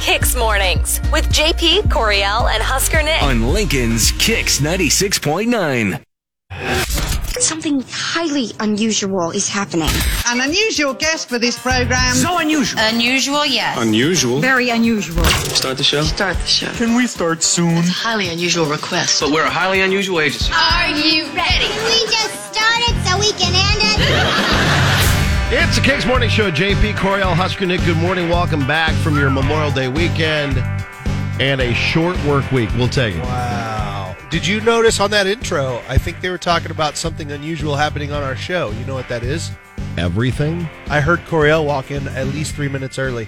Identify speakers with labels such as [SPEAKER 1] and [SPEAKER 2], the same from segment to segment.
[SPEAKER 1] Kicks Mornings with JP, Coriel, and Husker Nick.
[SPEAKER 2] on Lincoln's Kicks 96.9.
[SPEAKER 3] Something highly unusual is happening.
[SPEAKER 4] An unusual guest for this program.
[SPEAKER 2] So unusual.
[SPEAKER 5] Unusual, yes.
[SPEAKER 6] Unusual.
[SPEAKER 3] Very unusual.
[SPEAKER 6] Start the show.
[SPEAKER 5] Start the show.
[SPEAKER 7] Can we start soon?
[SPEAKER 5] Highly unusual request.
[SPEAKER 8] But we're a highly unusual agency.
[SPEAKER 5] Are you ready?
[SPEAKER 9] Can we just start it so we can end it?
[SPEAKER 10] It's the Kicks Morning Show. JP Coriel Husker Nick. Good morning. Welcome back from your Memorial Day weekend and a short work week. We'll take it.
[SPEAKER 11] Wow. Did you notice on that intro? I think they were talking about something unusual happening on our show. You know what that is?
[SPEAKER 10] Everything
[SPEAKER 11] I heard Coriel walk in at least three minutes early.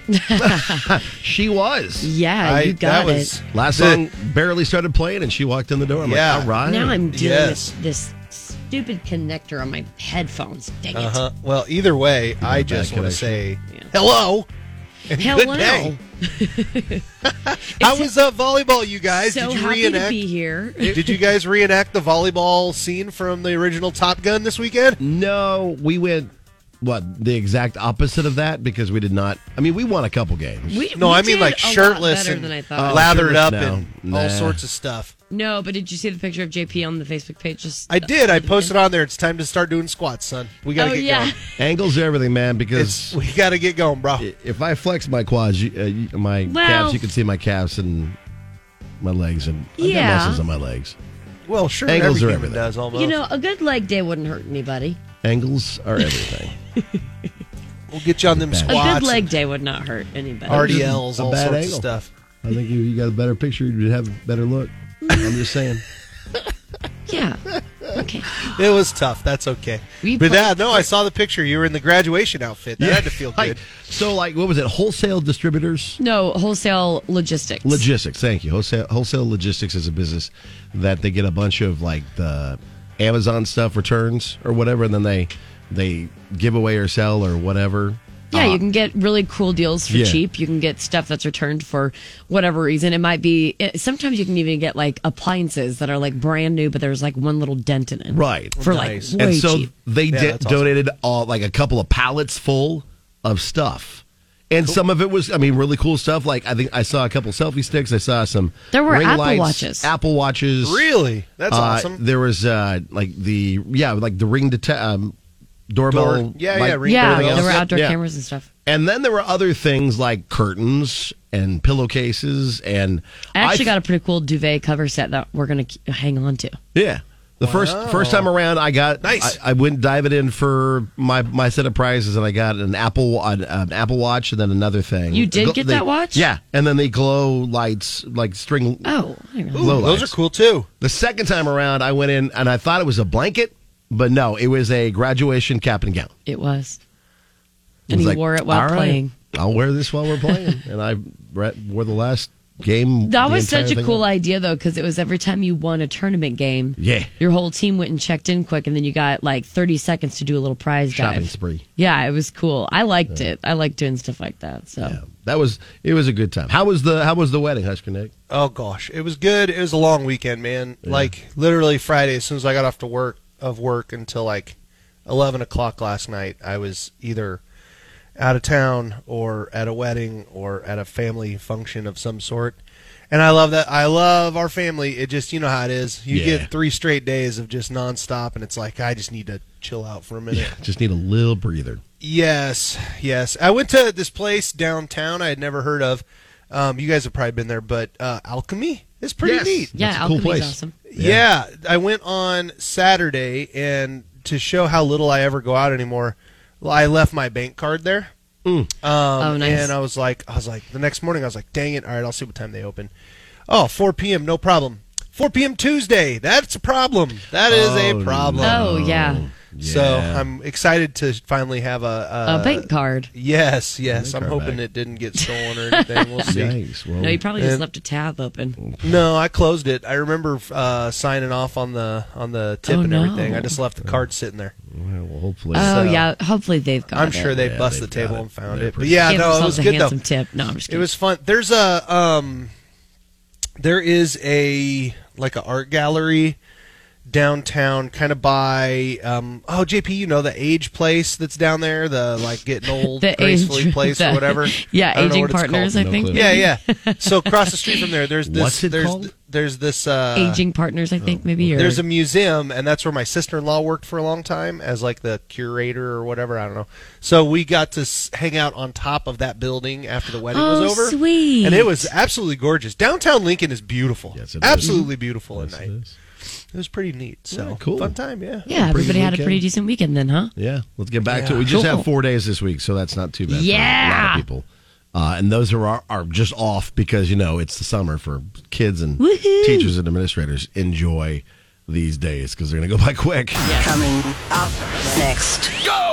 [SPEAKER 10] she was.
[SPEAKER 12] Yeah,
[SPEAKER 11] I,
[SPEAKER 12] you got
[SPEAKER 11] that was
[SPEAKER 12] it.
[SPEAKER 10] Last
[SPEAKER 11] the-
[SPEAKER 10] song barely started playing and she walked in the door. I'm
[SPEAKER 11] Yeah.
[SPEAKER 10] like, all right.
[SPEAKER 12] Now I'm dealing
[SPEAKER 11] Yes.
[SPEAKER 12] with this stupid connector on my headphones. Dang it.
[SPEAKER 11] Uh-huh. Well, either way, I
[SPEAKER 10] bad
[SPEAKER 11] just want to
[SPEAKER 10] connection.
[SPEAKER 11] say hello. and
[SPEAKER 12] Hello.
[SPEAKER 11] Good day. How was that volleyball, you guys?
[SPEAKER 12] so
[SPEAKER 11] Did you
[SPEAKER 12] happy
[SPEAKER 11] reenact?
[SPEAKER 12] to be here.
[SPEAKER 11] Did you guys reenact the volleyball scene from the original Top Gun this weekend?
[SPEAKER 10] No, we went, what, the exact opposite of that because we did not. I mean, we won a couple games.
[SPEAKER 12] We-
[SPEAKER 11] No,
[SPEAKER 12] we
[SPEAKER 11] I mean
[SPEAKER 12] did
[SPEAKER 11] like
[SPEAKER 12] a lot
[SPEAKER 11] shirtless
[SPEAKER 12] better
[SPEAKER 11] and
[SPEAKER 12] than I thought.
[SPEAKER 11] lathered
[SPEAKER 10] shirtless,
[SPEAKER 11] up
[SPEAKER 10] no.
[SPEAKER 11] and
[SPEAKER 10] Nah.
[SPEAKER 11] all sorts of stuff.
[SPEAKER 12] no, but did you see the picture of JP on the Facebook page? Just
[SPEAKER 11] I did. I posted on there. It's time to start doing squats, son. We gotta
[SPEAKER 12] Oh,
[SPEAKER 11] get
[SPEAKER 12] yeah.
[SPEAKER 11] going.
[SPEAKER 10] Angles are everything, man,
[SPEAKER 11] It's,
[SPEAKER 10] because
[SPEAKER 11] we gotta get going, bro.
[SPEAKER 10] if I flex my quads, you, uh, you- my
[SPEAKER 12] Well-
[SPEAKER 10] calves, you can see my calves and my legs and I've got
[SPEAKER 12] Yeah.
[SPEAKER 10] muscles on my legs.
[SPEAKER 11] Well, sure.
[SPEAKER 10] Angles
[SPEAKER 11] every
[SPEAKER 10] are
[SPEAKER 11] human
[SPEAKER 10] everything.
[SPEAKER 11] Does almost.
[SPEAKER 12] You know, a good leg day wouldn't hurt anybody.
[SPEAKER 10] Angles are everything.
[SPEAKER 11] we'll get you on them
[SPEAKER 10] A
[SPEAKER 12] A
[SPEAKER 11] squats,
[SPEAKER 12] good leg day would not hurt anybody.
[SPEAKER 11] RDLs,
[SPEAKER 10] A
[SPEAKER 11] all
[SPEAKER 10] bad
[SPEAKER 11] sorts
[SPEAKER 10] angle.
[SPEAKER 11] of stuff.
[SPEAKER 10] I think you, you got a better picture, you'd have a better look. I'm just saying.
[SPEAKER 12] Yeah. Okay.
[SPEAKER 11] It was tough. That's okay.
[SPEAKER 12] We
[SPEAKER 11] but
[SPEAKER 12] played
[SPEAKER 11] yeah, no, I saw the picture. You were in the graduation outfit. That had to feel
[SPEAKER 10] Like,
[SPEAKER 11] good.
[SPEAKER 10] so, like, what was it? Wholesale distributors?
[SPEAKER 12] No, wholesale logistics.
[SPEAKER 10] Logistics. Thank you. Wholesale, wholesale logistics is a business that they get a bunch of, like, the Amazon stuff returns or whatever, and then they they give away or sell or whatever.
[SPEAKER 12] Yeah,
[SPEAKER 10] Uh,
[SPEAKER 12] you can get really cool deals for
[SPEAKER 10] Yeah.
[SPEAKER 12] cheap. You can get stuff that's returned for whatever reason. It might be it- sometimes you can even get like appliances that are like brand new, but there's like one little dent in it.
[SPEAKER 10] Right.
[SPEAKER 12] For
[SPEAKER 11] Nice.
[SPEAKER 12] like way
[SPEAKER 10] and so
[SPEAKER 12] cheap.
[SPEAKER 10] they
[SPEAKER 11] Yeah,
[SPEAKER 10] did
[SPEAKER 11] that's awesome.
[SPEAKER 10] donated all like a couple of pallets full of stuff and some of it was i mean really cool stuff like i think i saw a couple selfie sticks i saw some
[SPEAKER 12] There were
[SPEAKER 10] ring
[SPEAKER 12] Apple
[SPEAKER 10] lights,
[SPEAKER 12] Watches.
[SPEAKER 10] apple watches
[SPEAKER 11] Really? That's
[SPEAKER 10] Uh,
[SPEAKER 11] awesome.
[SPEAKER 10] there was uh like the yeah like the ring dete- um, doorbell
[SPEAKER 11] Door- yeah,
[SPEAKER 10] like,
[SPEAKER 11] yeah, ring
[SPEAKER 12] Yeah,
[SPEAKER 10] doorbells.
[SPEAKER 12] there were outdoor
[SPEAKER 10] Yeah.
[SPEAKER 12] cameras and stuff.
[SPEAKER 10] and then there were other things like curtains and pillowcases and
[SPEAKER 12] I actually
[SPEAKER 10] I-
[SPEAKER 12] got a pretty cool duvet cover set that we're gonna k- hang on to.
[SPEAKER 10] Yeah. The first first time around, I got
[SPEAKER 11] Nice.
[SPEAKER 10] I, I went diving in for my my set of prizes, and I got an Apple an, an Apple Watch, and then another thing.
[SPEAKER 12] You did
[SPEAKER 10] Gl-
[SPEAKER 12] get
[SPEAKER 10] they-
[SPEAKER 12] that watch?
[SPEAKER 10] Yeah, and then they glow lights like string.
[SPEAKER 12] Oh, I didn't realize.
[SPEAKER 10] glow
[SPEAKER 11] Ooh, those are
[SPEAKER 10] lights.
[SPEAKER 11] cool too.
[SPEAKER 10] The second time around, I went in and I thought it was a blanket, but no, it was a graduation cap and gown.
[SPEAKER 12] it was.
[SPEAKER 10] I
[SPEAKER 12] And
[SPEAKER 10] was
[SPEAKER 12] he
[SPEAKER 10] like,
[SPEAKER 12] wore it while
[SPEAKER 10] "All right,
[SPEAKER 12] playing.
[SPEAKER 10] I'll wear this while we're playing, and I re- wore the last game.
[SPEAKER 12] That
[SPEAKER 10] the
[SPEAKER 12] was
[SPEAKER 10] entire
[SPEAKER 12] such a
[SPEAKER 10] thing
[SPEAKER 12] cool
[SPEAKER 10] out.
[SPEAKER 12] idea though, because it was every time you won a tournament game,
[SPEAKER 10] Yeah.
[SPEAKER 12] your whole team went and checked in quick, and then you got like thirty seconds to do a little prize
[SPEAKER 10] Shopping
[SPEAKER 12] dive.
[SPEAKER 10] spree.
[SPEAKER 12] Yeah, it was cool. I liked it. I like doing stuff like that. So
[SPEAKER 10] Yeah, that was it. Was a good time. How was the How was the wedding, Husker Nick?
[SPEAKER 11] Oh gosh, it was good. It was a long weekend, man. Like literally Friday, as soon as I got off to work of work until like eleven o'clock last night, I was either out of town or at a wedding or at a family function of some sort. And I love that. I love our family. It just you know how it is. You
[SPEAKER 10] Yeah.
[SPEAKER 11] get three straight days of just nonstop, and it's like I just need to chill out for a minute.
[SPEAKER 10] Just need a little breather.
[SPEAKER 11] Yes, yes. I went to this place downtown I had never heard of. Um, you guys have probably been there, but uh, Alchemy is pretty neat.
[SPEAKER 12] yeah,
[SPEAKER 10] That's a cool
[SPEAKER 12] alchemy's
[SPEAKER 10] place.
[SPEAKER 12] awesome.
[SPEAKER 11] Yeah. I went on Saturday, and to show how little I ever go out anymore, well, I left my bank card there. Um,
[SPEAKER 12] Oh, nice.
[SPEAKER 11] And I was like, I was like, the next morning, I was like, dang it, all right, I'll see what time they open. Oh, 4 p.m., no problem. 4 p.m. Tuesday, that's a problem. That is
[SPEAKER 10] Oh,
[SPEAKER 11] a problem.
[SPEAKER 12] Oh yeah,
[SPEAKER 11] So I'm excited to finally have a, a,
[SPEAKER 10] Oh.
[SPEAKER 12] a bank card.
[SPEAKER 11] Yes, yes.
[SPEAKER 10] Make
[SPEAKER 11] I'm
[SPEAKER 10] our
[SPEAKER 11] hoping
[SPEAKER 10] back.
[SPEAKER 11] it didn't get stolen or anything. We'll see.
[SPEAKER 10] Yikes. Well,
[SPEAKER 12] No, you probably just
[SPEAKER 11] And-
[SPEAKER 12] left a tab
[SPEAKER 10] Oh,
[SPEAKER 12] open.
[SPEAKER 11] No, I closed it. I remember uh, signing off on the on the tip
[SPEAKER 12] Oh,
[SPEAKER 11] and
[SPEAKER 12] no.
[SPEAKER 11] everything. I just left the card sitting there.
[SPEAKER 10] well, hopefully.
[SPEAKER 12] Oh
[SPEAKER 11] So-
[SPEAKER 12] yeah, hopefully they've got.
[SPEAKER 11] I'm
[SPEAKER 12] it.
[SPEAKER 11] sure they
[SPEAKER 10] Yeah,
[SPEAKER 11] bust the
[SPEAKER 10] they've got
[SPEAKER 11] table
[SPEAKER 10] it.
[SPEAKER 11] and found
[SPEAKER 10] They're
[SPEAKER 11] it. But
[SPEAKER 10] pretty
[SPEAKER 11] yeah,
[SPEAKER 12] Give
[SPEAKER 11] no, it
[SPEAKER 12] themselves
[SPEAKER 11] was
[SPEAKER 12] a
[SPEAKER 11] good though.
[SPEAKER 12] handsome tip. No, I'm just
[SPEAKER 11] It
[SPEAKER 12] kidding.
[SPEAKER 11] was fun. There's a um, there is a like a art gallery downtown, kind of by um, oh JP, you know the age place that's down there, the like getting old
[SPEAKER 12] The
[SPEAKER 11] gracefully
[SPEAKER 12] age-
[SPEAKER 11] place
[SPEAKER 12] the-
[SPEAKER 11] or whatever.
[SPEAKER 12] Yeah,
[SPEAKER 11] I don't know
[SPEAKER 12] aging
[SPEAKER 11] what it's called.
[SPEAKER 12] partners. I
[SPEAKER 10] No
[SPEAKER 12] think.
[SPEAKER 10] clue.
[SPEAKER 11] Yeah, yeah. So across the street from there, there's this.
[SPEAKER 10] What's it
[SPEAKER 11] there's,
[SPEAKER 10] called?
[SPEAKER 11] There's this. Uh,
[SPEAKER 12] aging partners. I think maybe. Or,
[SPEAKER 11] There's a museum, and that's where my sister in law worked for a long time as like the curator or whatever. I don't know. So we got to s- hang out on top of that building after the wedding
[SPEAKER 12] Oh,
[SPEAKER 11] was over.
[SPEAKER 12] sweet.
[SPEAKER 11] And it was absolutely gorgeous. Downtown Lincoln is beautiful.
[SPEAKER 10] Yes, it is.
[SPEAKER 11] absolutely beautiful
[SPEAKER 10] Yes,
[SPEAKER 11] at
[SPEAKER 10] it
[SPEAKER 11] night.
[SPEAKER 10] is.
[SPEAKER 11] It was pretty neat. So
[SPEAKER 10] Yeah, cool.
[SPEAKER 11] fun time. Yeah.
[SPEAKER 12] yeah,
[SPEAKER 10] pretty
[SPEAKER 12] everybody had a
[SPEAKER 10] weekend.
[SPEAKER 12] pretty decent weekend then, huh?
[SPEAKER 10] Yeah, let's get back to it. We just
[SPEAKER 12] Cool.
[SPEAKER 10] have four days this week, so that's not too bad. for a lot
[SPEAKER 12] Yeah.
[SPEAKER 10] of people, uh, and those are are just off because you know it's the summer for kids and
[SPEAKER 12] Woohoo.
[SPEAKER 10] teachers and administrators enjoy these days because they're gonna go by quick.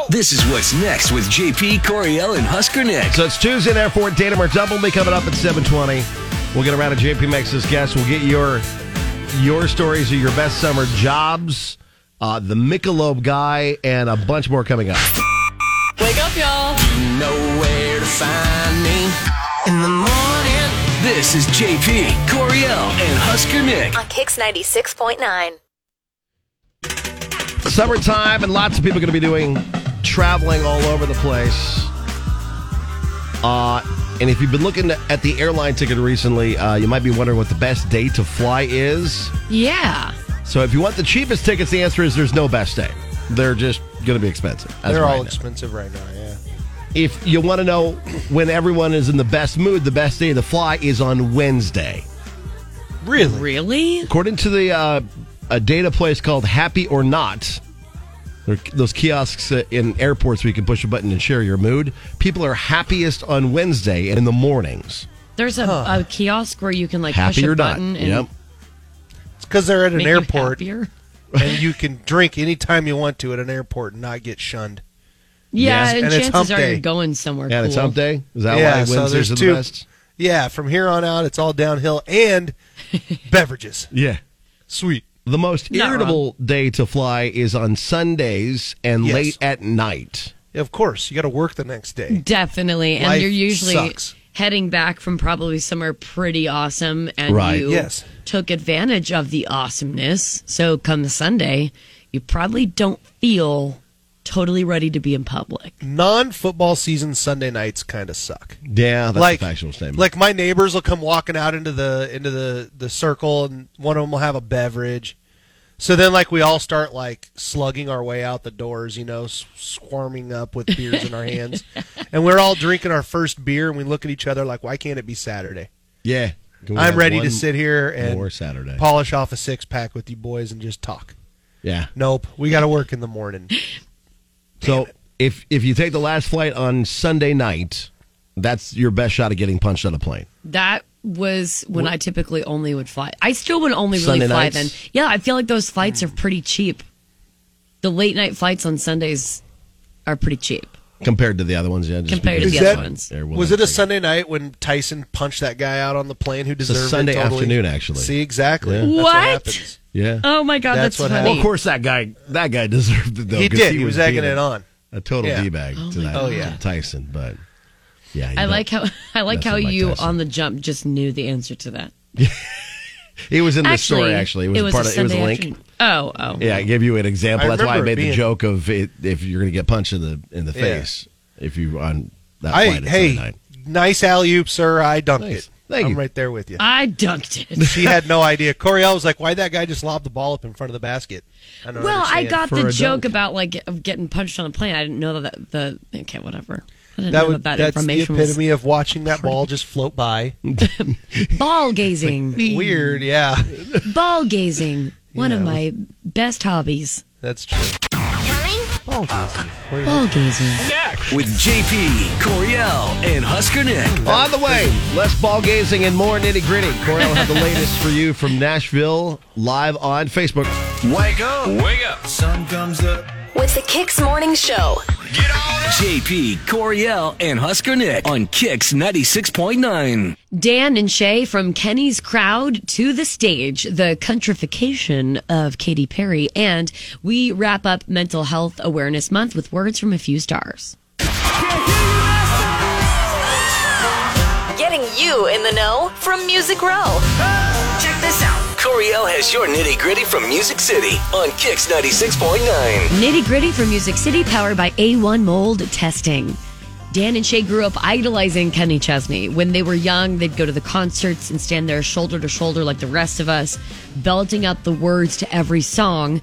[SPEAKER 2] This is what's next with JP Coriel and Husker Nick.
[SPEAKER 10] So it's Tuesday there for Dana Double Me coming up at seven twenty. We'll get around to JP Max's guest. We'll get your your stories of your best summer jobs, uh, the Michelob guy, and a bunch more coming up.
[SPEAKER 12] Wake up, y'all.
[SPEAKER 2] Nowhere to find me in the morning. This is JP Coriel and Husker Nick.
[SPEAKER 1] on Kix 96.9.
[SPEAKER 10] summertime and lots of people going to be doing traveling all over the place. Uh, and if you've been looking at the airline ticket recently, uh, you might be wondering what the best day to fly is.
[SPEAKER 12] Yeah.
[SPEAKER 10] So if you want the cheapest tickets, the answer is there's no best day. They're just going to be expensive. as
[SPEAKER 11] They're
[SPEAKER 10] of right
[SPEAKER 11] all
[SPEAKER 10] now.
[SPEAKER 11] expensive right now. Yeah.
[SPEAKER 10] If you want to know when everyone is in the best mood, the best day to fly is on Wednesday.
[SPEAKER 11] Really?
[SPEAKER 12] Really?
[SPEAKER 10] According to the uh, a data place called Happy or Not, there are those kiosks uh, in airports where you can push a button and share your mood. People are happiest on Wednesday and in the mornings.
[SPEAKER 12] There's a, a kiosk where you can like
[SPEAKER 10] Happy
[SPEAKER 12] push a
[SPEAKER 10] or not?
[SPEAKER 12] button and
[SPEAKER 10] Yep.
[SPEAKER 11] It's because they're at an
[SPEAKER 12] make
[SPEAKER 11] airport,
[SPEAKER 12] You happier.
[SPEAKER 11] and you can drink anytime you want to at an airport and not get shunned.
[SPEAKER 12] Yeah,
[SPEAKER 11] Yes,
[SPEAKER 12] and,
[SPEAKER 11] and it's hump
[SPEAKER 12] chances are you're
[SPEAKER 11] day.
[SPEAKER 12] going somewhere.
[SPEAKER 10] And
[SPEAKER 12] cool.
[SPEAKER 10] it's hump day. Is that
[SPEAKER 11] Yeah,
[SPEAKER 10] why
[SPEAKER 11] so
[SPEAKER 10] Wednesdays
[SPEAKER 11] there's
[SPEAKER 10] are the
[SPEAKER 11] two-
[SPEAKER 10] best?
[SPEAKER 11] Yeah. From here on out, it's all downhill and beverages.
[SPEAKER 10] Yeah.
[SPEAKER 11] Sweet.
[SPEAKER 10] The most
[SPEAKER 12] Not
[SPEAKER 10] irritable day to fly is on Sundays and
[SPEAKER 11] Yes.
[SPEAKER 10] late at night.
[SPEAKER 11] Of course, you got to work the next day.
[SPEAKER 12] Definitely. And
[SPEAKER 11] Life
[SPEAKER 12] you're usually
[SPEAKER 11] sucks.
[SPEAKER 12] heading back from probably somewhere pretty awesome and
[SPEAKER 10] Right.
[SPEAKER 12] you
[SPEAKER 11] Yes.
[SPEAKER 12] took advantage of the awesomeness. So come Sunday, you probably don't feel totally ready to be in public.
[SPEAKER 11] Non-football season Sunday nights kind of suck.
[SPEAKER 10] Yeah, Oh, that's
[SPEAKER 11] like
[SPEAKER 10] a factual statement.
[SPEAKER 11] Like my neighbors will come walking out into the into the the circle, and one of them will have a beverage. So then, like we all start like slugging our way out the doors, you know, s- swarming up with beers in our hands, and we're all drinking our first beer, and we look at each other like, "Why can't it be Saturday?"
[SPEAKER 10] yeah. Can we
[SPEAKER 11] I'm
[SPEAKER 10] have
[SPEAKER 11] ready to
[SPEAKER 10] one
[SPEAKER 11] sit here and
[SPEAKER 10] more Saturday.
[SPEAKER 11] polish off a six pack with you boys and just talk.
[SPEAKER 10] Yeah.
[SPEAKER 11] Nope, we got to work in the morning.
[SPEAKER 10] So if if you take the last flight on Sunday night, that's your best shot at getting punched on a plane.
[SPEAKER 12] That was when I typically only would fly. I still would only really
[SPEAKER 10] Sunday
[SPEAKER 12] fly
[SPEAKER 10] nights?
[SPEAKER 12] then. Yeah, I feel like those flights
[SPEAKER 11] Hmm.
[SPEAKER 12] are pretty cheap. The late night flights on Sundays are pretty cheap.
[SPEAKER 10] Compared to the other ones, yeah. just
[SPEAKER 12] Compared to
[SPEAKER 10] because
[SPEAKER 12] the
[SPEAKER 10] it's
[SPEAKER 11] other
[SPEAKER 10] on
[SPEAKER 12] ones.
[SPEAKER 10] air, we'll
[SPEAKER 11] was
[SPEAKER 10] have
[SPEAKER 11] it a
[SPEAKER 10] to-
[SPEAKER 11] Sunday night when Tyson punched that guy out on the plane who
[SPEAKER 10] a
[SPEAKER 11] deserved
[SPEAKER 10] Sunday
[SPEAKER 11] it? totally?
[SPEAKER 10] afternoon, actually.
[SPEAKER 11] See, exactly.
[SPEAKER 10] Yeah.
[SPEAKER 11] That's what?
[SPEAKER 12] What?
[SPEAKER 11] happens.
[SPEAKER 10] Yeah.
[SPEAKER 12] Oh my god,
[SPEAKER 11] That's
[SPEAKER 12] that's,
[SPEAKER 11] what
[SPEAKER 12] funny.
[SPEAKER 10] well, of course that guy that guy deserved it though.
[SPEAKER 11] he
[SPEAKER 10] 'cause
[SPEAKER 11] did. He, was, egging
[SPEAKER 10] being
[SPEAKER 11] it on.
[SPEAKER 10] A total
[SPEAKER 11] Yeah.
[SPEAKER 10] d bag to that.
[SPEAKER 11] God. Oh, yeah.
[SPEAKER 10] Tyson, but yeah. you
[SPEAKER 12] I
[SPEAKER 10] don't-
[SPEAKER 12] like how I like
[SPEAKER 10] That's
[SPEAKER 12] how
[SPEAKER 10] what Mike
[SPEAKER 12] you
[SPEAKER 10] Tyson-
[SPEAKER 12] on the jump just knew the answer to that.
[SPEAKER 10] it was in the story. Actually, it was, part of it was a
[SPEAKER 12] Sunday
[SPEAKER 10] link.
[SPEAKER 12] afternoon. Oh, oh.
[SPEAKER 10] Yeah, I gave you an example.
[SPEAKER 11] I
[SPEAKER 10] That's why I
[SPEAKER 11] remember it
[SPEAKER 10] made the
[SPEAKER 11] being-
[SPEAKER 10] joke of it, if you're going to get punched in the in the
[SPEAKER 11] Yeah.
[SPEAKER 10] face if you on that
[SPEAKER 11] I,
[SPEAKER 10] flight. on Sunday
[SPEAKER 11] hey,
[SPEAKER 10] night.
[SPEAKER 11] nice alley oop, sir. I dunked
[SPEAKER 10] Nice.
[SPEAKER 11] it.
[SPEAKER 10] Thank
[SPEAKER 11] I'm
[SPEAKER 10] you.
[SPEAKER 11] right there with you.
[SPEAKER 12] I dunked it.
[SPEAKER 11] she had no idea. Coriel was like, "Why'd that guy just lob the ball up in front of the basket?" I don't
[SPEAKER 12] well, I got
[SPEAKER 11] understand.
[SPEAKER 10] For
[SPEAKER 12] the
[SPEAKER 10] a
[SPEAKER 12] joke
[SPEAKER 10] dunk.
[SPEAKER 12] about like of getting punched on a plane. I didn't know that the okay, whatever. I didn't
[SPEAKER 11] that.
[SPEAKER 12] know
[SPEAKER 11] Would,
[SPEAKER 12] that, that
[SPEAKER 11] that's the
[SPEAKER 12] information
[SPEAKER 11] epitome of watching that ball just float by.
[SPEAKER 12] was ball gazing.
[SPEAKER 11] Weird, yeah.
[SPEAKER 12] ball gazing. One of my best hobbies.
[SPEAKER 11] That's true. Ball gazing. Where-
[SPEAKER 12] Ball gazing.
[SPEAKER 2] With JP Coriel and Husker Nick.
[SPEAKER 10] On the way, less ball gazing and more nitty gritty. Corey will have the latest for you from Nashville live on Facebook.
[SPEAKER 2] Wake up. Wake up. Sun comes up.
[SPEAKER 1] With the Kix Morning Show.
[SPEAKER 2] JP Coriel and Husker Nick on Kix 96.9.
[SPEAKER 12] Dan and Shay from Kenny's crowd to the stage, the countrification of Katy Perry, and we wrap up Mental Health Awareness Month with words from a few stars.
[SPEAKER 1] Getting you in the know from Music Row. Check this out.
[SPEAKER 2] Coriel has your nitty gritty from Music City on Kix 96.9.
[SPEAKER 12] Nitty gritty from Music City, powered by A1 mold testing. Dan and Shay grew up idolizing Kenny Chesney. When they were young, they'd go to the concerts and stand there shoulder to shoulder like the rest of us, belting out the words to every song.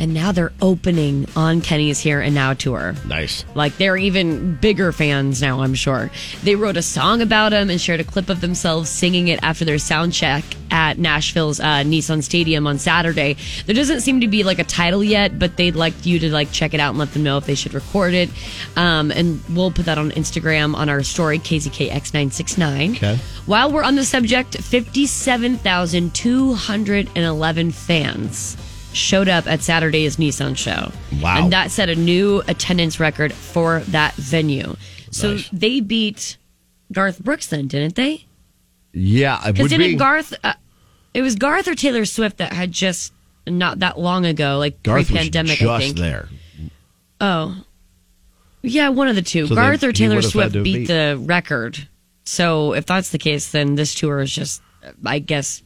[SPEAKER 12] And now they're opening on Kenny's Here and Now tour.
[SPEAKER 10] Nice.
[SPEAKER 12] Like they're even bigger fans now, I'm sure. They wrote a song about him and shared a clip of themselves singing it after their sound check at Nashville's uh, Nissan Stadium on Saturday. There doesn't seem to be like a title yet, but they'd like you to like check it out and let them know if they should record it. Um, and we'll put that on Instagram on our story KZKX969.
[SPEAKER 10] Okay.
[SPEAKER 12] While we're on the subject, 57,211 fans showed up at Saturday's Nissan show.
[SPEAKER 10] Wow.
[SPEAKER 12] And that set a new attendance record for that venue. So
[SPEAKER 10] Nice.
[SPEAKER 12] they beat Garth Brooks then, didn't they?
[SPEAKER 10] Yeah, it
[SPEAKER 12] Because
[SPEAKER 10] would
[SPEAKER 12] didn't
[SPEAKER 10] be.
[SPEAKER 12] Garth, uh, it was Garth or Taylor Swift that had just not that long ago, like
[SPEAKER 10] Garth was
[SPEAKER 12] pre-pandemic,
[SPEAKER 10] just
[SPEAKER 12] I think.
[SPEAKER 10] there.
[SPEAKER 12] Oh, yeah, one of the two.
[SPEAKER 10] So
[SPEAKER 12] Garth
[SPEAKER 10] they-
[SPEAKER 12] or
[SPEAKER 10] he
[SPEAKER 12] Taylor
[SPEAKER 10] would have had
[SPEAKER 12] Swift
[SPEAKER 10] to
[SPEAKER 12] beat,
[SPEAKER 10] beat.
[SPEAKER 12] the record. So if that's the case, then this tour is just, I guess,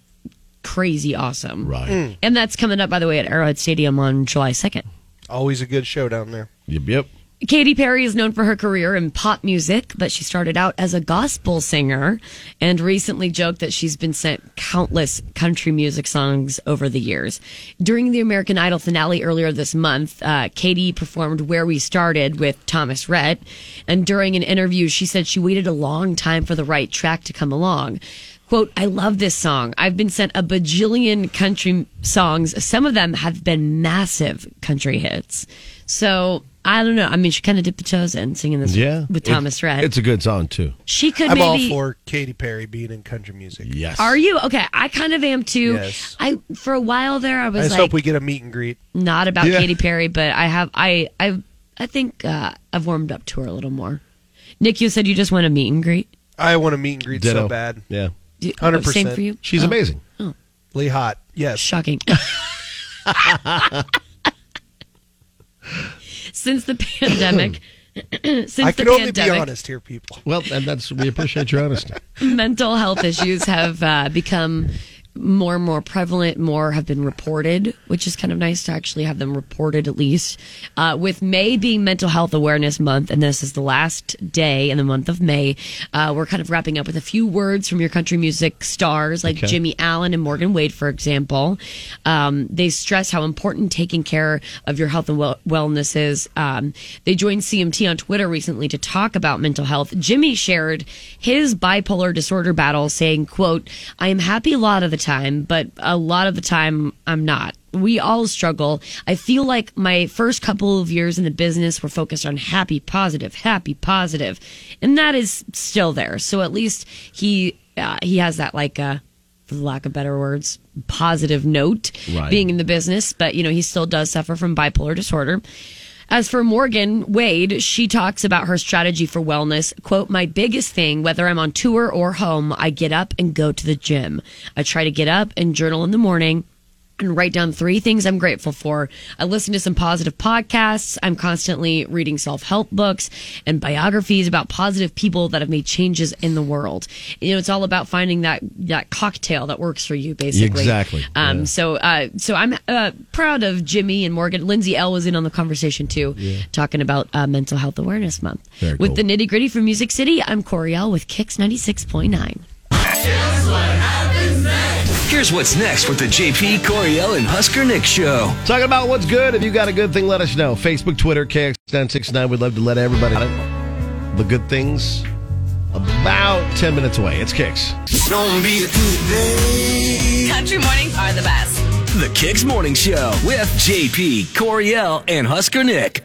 [SPEAKER 12] crazy awesome.
[SPEAKER 10] Right.
[SPEAKER 11] Hmm.
[SPEAKER 12] And that's coming up, by the way, at Arrowhead Stadium on July second.
[SPEAKER 11] Always a good show down there.
[SPEAKER 10] Yep, yep.
[SPEAKER 12] Katy Perry is known for her career in pop music, but she started out as a gospel singer and recently joked that she's been sent countless country music songs over the years. During the American Idol finale earlier this month, uh, Katy performed Where We Started with Thomas Rhett. And during an interview, she said she waited a long time for the right track to come along. Quote, I love this song. I've been sent a bajillion country songs. Some of them have been massive country hits. So I don't know. I mean, she kind of dipped the toes in singing this
[SPEAKER 10] Yeah.
[SPEAKER 12] with Thomas
[SPEAKER 10] It-
[SPEAKER 12] Red.
[SPEAKER 10] It's a good song, too.
[SPEAKER 12] she could
[SPEAKER 11] I'm all
[SPEAKER 12] maybe.
[SPEAKER 11] for Katy Perry being in country music.
[SPEAKER 10] Yes.
[SPEAKER 12] Are you okay? I kind of am too.
[SPEAKER 11] Yes.
[SPEAKER 12] I for a while there, I
[SPEAKER 11] I
[SPEAKER 12] was
[SPEAKER 11] just
[SPEAKER 12] like
[SPEAKER 11] hope we get a meet and greet.
[SPEAKER 12] not about
[SPEAKER 11] Yeah.
[SPEAKER 12] Katy Perry, but I have I I I think uh, I've warmed up to her a little more. Nick, you said you just want a meet and greet.
[SPEAKER 11] I want a meet and greet
[SPEAKER 10] Ditto.
[SPEAKER 11] so bad.
[SPEAKER 10] Yeah.
[SPEAKER 12] Do- oh,
[SPEAKER 11] 100%.
[SPEAKER 12] Same for you.
[SPEAKER 10] She's
[SPEAKER 12] Oh,
[SPEAKER 10] amazing.
[SPEAKER 11] Lee Hot. Yes.
[SPEAKER 12] Shocking. since the pandemic, since
[SPEAKER 11] I can
[SPEAKER 12] the
[SPEAKER 11] only
[SPEAKER 12] pandemic,
[SPEAKER 11] be honest here, people.
[SPEAKER 10] Well, and that's we appreciate your honesty.
[SPEAKER 12] mental health issues have uh, become more and more prevalent more have been reported which is kind of nice to actually have them reported at least uh, with may being mental health awareness month and this is the last day in the month of may uh, we're kind of wrapping up with a few words from your country music stars like
[SPEAKER 10] Okay.
[SPEAKER 12] jimmy allen and morgan wade for example um, they stress how important taking care of your health and well- wellness is um, they joined cmt on twitter recently to talk about mental health jimmy shared his bipolar disorder battle saying quote i am happy a lot of the time but a lot of the time i'm not we all struggle i feel like my first couple of years in the business were focused on happy positive happy positive and that is still there so at least he uh, he has that like uh for lack of better words positive note
[SPEAKER 10] Right.
[SPEAKER 12] being in the business but you know he still does suffer from bipolar disorder as for Morgan Wade, she talks about her strategy for wellness. Quote, my biggest thing, whether I'm on tour or home, I get up and go to the gym. I try to get up and journal in the morning and write down three things I'm grateful for. I listen to some positive podcasts. I'm constantly reading self help books and biographies about positive people that have made changes in the world. You know, it's all about finding that, that cocktail that works for you, basically.
[SPEAKER 10] Exactly.
[SPEAKER 12] Um,
[SPEAKER 10] Yeah.
[SPEAKER 12] so, uh, so I'm uh, proud of Jimmy and Morgan. Lindsay L was in on the conversation too, talking about uh, Mental Health Awareness Month.
[SPEAKER 10] Very
[SPEAKER 12] with
[SPEAKER 10] cool.
[SPEAKER 12] the nitty gritty from Music City, I'm Coriel with Kicks ninety six point nine.
[SPEAKER 2] Here's what's next with the JP, Coriel, and Husker Nick show.
[SPEAKER 10] Talking about what's good. If you got a good thing, let us know. Facebook, Twitter, KX969. We'd love to let everybody know the good things about 10 minutes away. It's Kicks.
[SPEAKER 2] Don't be today.
[SPEAKER 1] Country mornings are the best.
[SPEAKER 2] The Kicks Morning Show with JP, Coriel, and Husker Nick.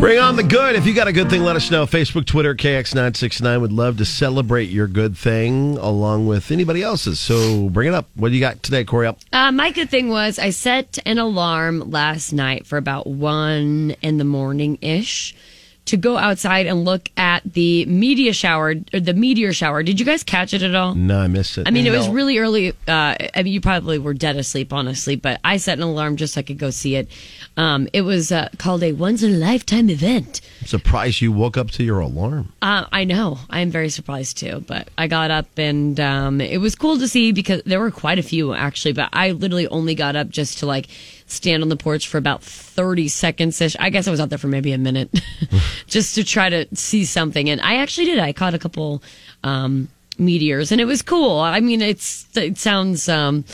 [SPEAKER 10] Bring on the good. If you got a good thing, let us know. Facebook, Twitter, KX969. Would love to celebrate your good thing along with anybody else's. So bring it up. What do you got today, Corey? Up.
[SPEAKER 12] Uh, my good thing was I set an alarm last night for about one in the morning ish to go outside and look at the media shower or the meteor shower. Did you guys catch it at all?
[SPEAKER 10] No, I missed it.
[SPEAKER 12] I mean, it was
[SPEAKER 11] No.
[SPEAKER 12] really early. Uh, I mean, you probably were dead asleep, honestly, but I set an alarm just so I could go see it. Um, it was uh, called a once in a lifetime event.
[SPEAKER 10] I'm surprised you woke up to your alarm.
[SPEAKER 12] Uh, I know. I'm very surprised too, but I got up and um, it was cool to see because there were quite a few actually, but I literally only got up just to like stand on the porch for about 30 seconds ish. I guess I was out there for maybe a minute just to try to see something. And I actually did. I caught a couple um, meteors and it was cool. I mean, it's it sounds um,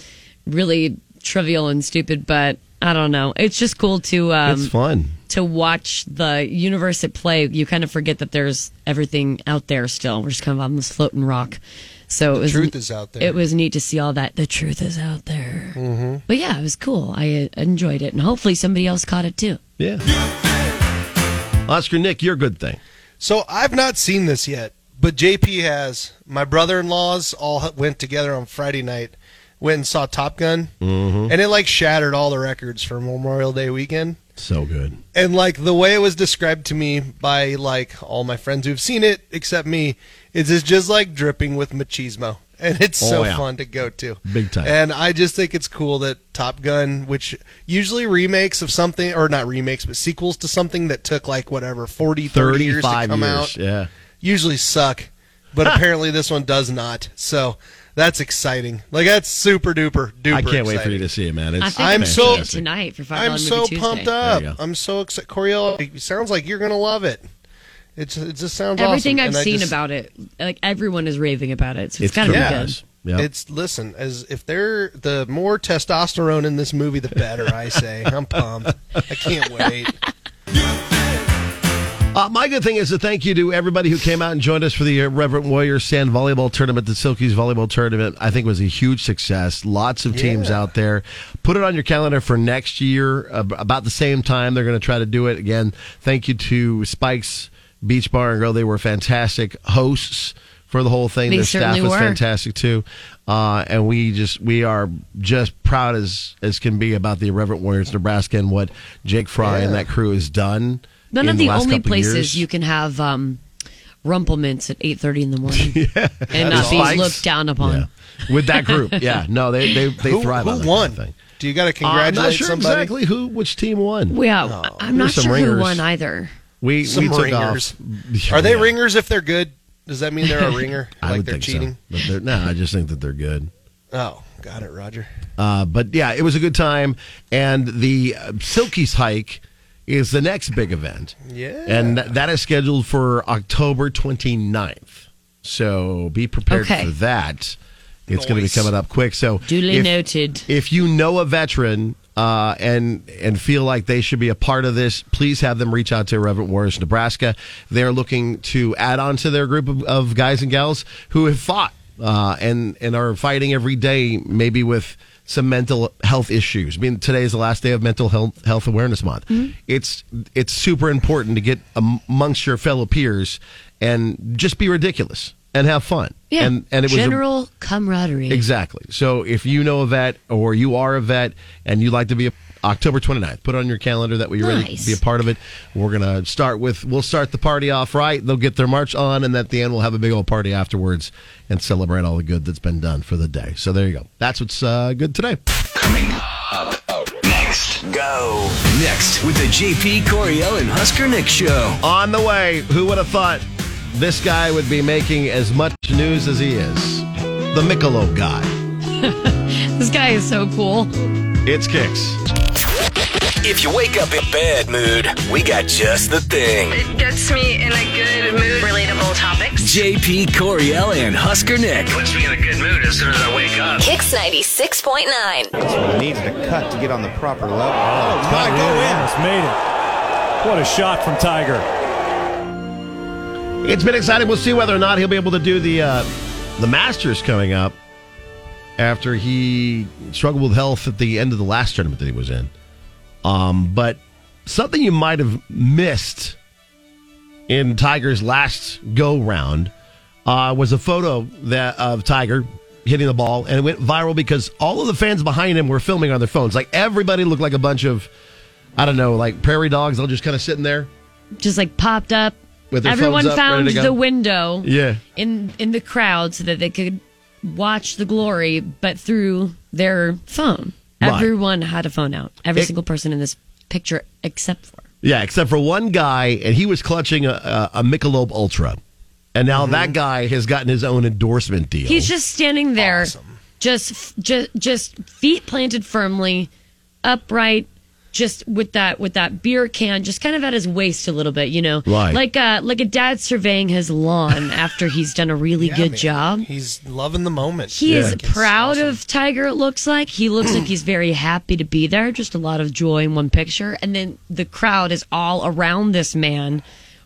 [SPEAKER 12] really trivial and stupid, but I don't know. It's just cool to. Um,
[SPEAKER 10] It's fun.
[SPEAKER 12] to watch the universe at play, you kind of forget that there's everything out there still. We're just kind of on this floating rock. So it was,
[SPEAKER 11] truth is out there.
[SPEAKER 12] It was neat to see all that. The truth is out there.
[SPEAKER 11] Mm-hmm.
[SPEAKER 12] But yeah, it was cool. I uh, enjoyed it, and hopefully somebody else caught it too.
[SPEAKER 10] Yeah. Oscar Nick, your good thing.
[SPEAKER 11] So I've not seen this yet, but JP has. My brother-in-laws all h- went together on Friday night, went and saw Top Gun, mm-hmm. and it like shattered all the records for Memorial Day weekend.
[SPEAKER 10] So good.
[SPEAKER 11] And like the way it was described to me by like all my friends who've seen it except me, is it's just like dripping with machismo. And it's
[SPEAKER 10] Oh,
[SPEAKER 11] so
[SPEAKER 10] yeah.
[SPEAKER 11] fun to go to.
[SPEAKER 10] Big time.
[SPEAKER 11] And I just think it's cool that Top Gun, which usually remakes of something or not remakes, but sequels to something that took like whatever 40 30 years to
[SPEAKER 10] 35
[SPEAKER 11] come
[SPEAKER 10] years.
[SPEAKER 11] out
[SPEAKER 10] Yeah.
[SPEAKER 11] usually suck, but apparently this one does not. So that's exciting. Like that's super duper duper.
[SPEAKER 10] I can't wait for
[SPEAKER 11] exciting.
[SPEAKER 10] you to see it, man.
[SPEAKER 12] I
[SPEAKER 10] It's
[SPEAKER 12] think
[SPEAKER 11] I'm
[SPEAKER 12] I'm
[SPEAKER 11] so-
[SPEAKER 12] so tonight for Five
[SPEAKER 11] I'm
[SPEAKER 12] Dollar
[SPEAKER 11] so
[SPEAKER 12] Movie Tuesday.
[SPEAKER 11] pumped
[SPEAKER 10] There you
[SPEAKER 11] up.
[SPEAKER 10] go.
[SPEAKER 11] I'm so excited. Coriel, it sounds like you're gonna love it. It's it just sounds
[SPEAKER 12] Everything
[SPEAKER 11] awesome.
[SPEAKER 12] I've
[SPEAKER 11] And I
[SPEAKER 12] seen
[SPEAKER 11] just-
[SPEAKER 12] about it, like everyone is raving about it. So it's, gotta be good.
[SPEAKER 10] tremendous. Yep.
[SPEAKER 11] It's listen as if they're the more testosterone in this movie, the better. I say I'm pumped. I can't wait.
[SPEAKER 10] Uh, my good thing is a thank you to everybody who came out and joined us for the Reverend Warriors Sand Volleyball Tournament. The Silkies Volleyball Tournament, I think, was a huge success. Lots of teams out there. Put it on your calendar for next year, ab- about the same time. They're going to try to do it again. Thank you to Spikes Beach Bar and Grill. They were fantastic hosts for the whole thing.
[SPEAKER 12] They
[SPEAKER 10] Their staff
[SPEAKER 12] certainly
[SPEAKER 10] was
[SPEAKER 12] were.
[SPEAKER 10] fantastic too, uh, and we just we are just proud as as can be about the Reverend Warriors Nebraska and what Jake Fry and that crew has done.
[SPEAKER 12] None
[SPEAKER 10] in
[SPEAKER 12] of
[SPEAKER 10] the,
[SPEAKER 12] the,
[SPEAKER 10] last
[SPEAKER 12] only
[SPEAKER 10] couple of
[SPEAKER 12] places
[SPEAKER 10] years.
[SPEAKER 12] you can have um, rumplements at eight thirty in the morning and not be
[SPEAKER 10] Spikes.
[SPEAKER 12] looked down upon.
[SPEAKER 10] Yeah. with that group. Yeah, no, they they they
[SPEAKER 11] who
[SPEAKER 10] thrive
[SPEAKER 11] who
[SPEAKER 10] on that
[SPEAKER 11] won?
[SPEAKER 10] Kind of thing.
[SPEAKER 11] Do you got to
[SPEAKER 10] Uh, I'm
[SPEAKER 11] congratulate
[SPEAKER 10] not sure
[SPEAKER 11] somebody?
[SPEAKER 10] exactly who which team won.
[SPEAKER 12] Well, Yeah, I- I'm not
[SPEAKER 10] There's some
[SPEAKER 12] sure
[SPEAKER 10] ringers.
[SPEAKER 12] who won either.
[SPEAKER 10] we
[SPEAKER 11] Some
[SPEAKER 10] we took
[SPEAKER 11] ringers.
[SPEAKER 10] off.
[SPEAKER 11] Are they
[SPEAKER 10] Yeah.
[SPEAKER 11] ringers if they're good? Does that mean they're a ringer?
[SPEAKER 10] I
[SPEAKER 11] like
[SPEAKER 10] would
[SPEAKER 11] they're
[SPEAKER 10] think so.
[SPEAKER 11] cheating?
[SPEAKER 10] But they're- no, I just think that they're good.
[SPEAKER 11] Oh, got it, Roger.
[SPEAKER 10] Uh, but yeah, it was a good time. And the uh, Silkies hike is the next big event.
[SPEAKER 11] Yeah.
[SPEAKER 10] And th- that is scheduled for October 29th. So be prepared
[SPEAKER 12] Okay.
[SPEAKER 10] for that. It's going to be
[SPEAKER 11] Nice.
[SPEAKER 10] coming up quick. So
[SPEAKER 12] Duly
[SPEAKER 10] if-
[SPEAKER 12] noted.
[SPEAKER 10] If you know a veteran uh, and and feel like they should be a part of this, please have them reach out to Reverend Warriors Nebraska. They're looking to add on to their group of, of guys and gals who have fought uh, and and are fighting every day, maybe with some mental health issues. I mean, today is the last day of Mental Health Health Awareness Month. It's it's super important to get am- amongst your fellow peers and just be ridiculous and have fun.
[SPEAKER 12] Yeah,
[SPEAKER 10] and and it was a-
[SPEAKER 12] general camaraderie.
[SPEAKER 10] Exactly. So if you know a vet or you are a vet and you'd like to be a October 29th. Put it on your calendar that way you're ready to
[SPEAKER 12] Nice.
[SPEAKER 10] be a part of it. We're going to start with, we'll start the party off right. They'll get their march on, and at the end, we'll have a big old party afterwards and celebrate all the good that's been done for the day. So there you go. That's what's uh, good today.
[SPEAKER 2] Next. Go. Next with the JP Coriel and Husker Nick show.
[SPEAKER 10] On the way, who would have thought this guy would be making as much news as he is? The Michelob guy.
[SPEAKER 12] This guy is so cool.
[SPEAKER 10] It's Kicks.
[SPEAKER 2] If you wake up in bad mood, we got just the thing.
[SPEAKER 6] It gets me in a good mood. Relatable topics.
[SPEAKER 2] JP Coriel and Husker Nick. Puts me in a good mood as soon as I wake up.
[SPEAKER 1] Kicks 96.9.
[SPEAKER 7] needs to cut to get on the proper level. Oh,
[SPEAKER 11] my, go in.
[SPEAKER 7] Almost made it. What a shot from Tiger.
[SPEAKER 10] It's been exciting. We'll see whether or not he'll be able to do the uh, the Masters coming up after he struggled with health at the end of the last tournament that he was in. Um, but something you might have missed in Tiger's last go round uh, was a photo that of Tiger hitting the ball, and it went viral because all of the fans behind him were filming on their phones. Like everybody looked like a bunch of I don't know, like prairie dogs. They'll just kind of sitting there
[SPEAKER 12] just like popped up.
[SPEAKER 10] With their
[SPEAKER 12] Everyone
[SPEAKER 10] phones up,
[SPEAKER 12] found
[SPEAKER 10] ready to go.
[SPEAKER 12] the window
[SPEAKER 10] Yeah.
[SPEAKER 12] in in the crowd so that they could watch the glory, but through their phone.
[SPEAKER 10] Right.
[SPEAKER 12] Everyone had a phone out. Every
[SPEAKER 10] It-
[SPEAKER 12] single person in this picture, except for
[SPEAKER 10] Yeah, except for one guy, and he was clutching a, a, a Michelob Ultra, and now that guy has gotten his own endorsement deal.
[SPEAKER 12] he's just standing there, just just just feet planted firmly, upright. Just with that, with that beer can, just kind of at his waist a little bit, you know,
[SPEAKER 11] Right.
[SPEAKER 12] like uh, like a dad surveying his lawn after he's done a really
[SPEAKER 11] Yeah,
[SPEAKER 12] good
[SPEAKER 11] man.
[SPEAKER 12] job.
[SPEAKER 11] He's loving the moment.
[SPEAKER 12] He is
[SPEAKER 11] Like, it's-
[SPEAKER 12] proud of Tiger, it looks like. He looks like he's very happy to be there. Just a lot of joy in one picture. And then the crowd is all around this man,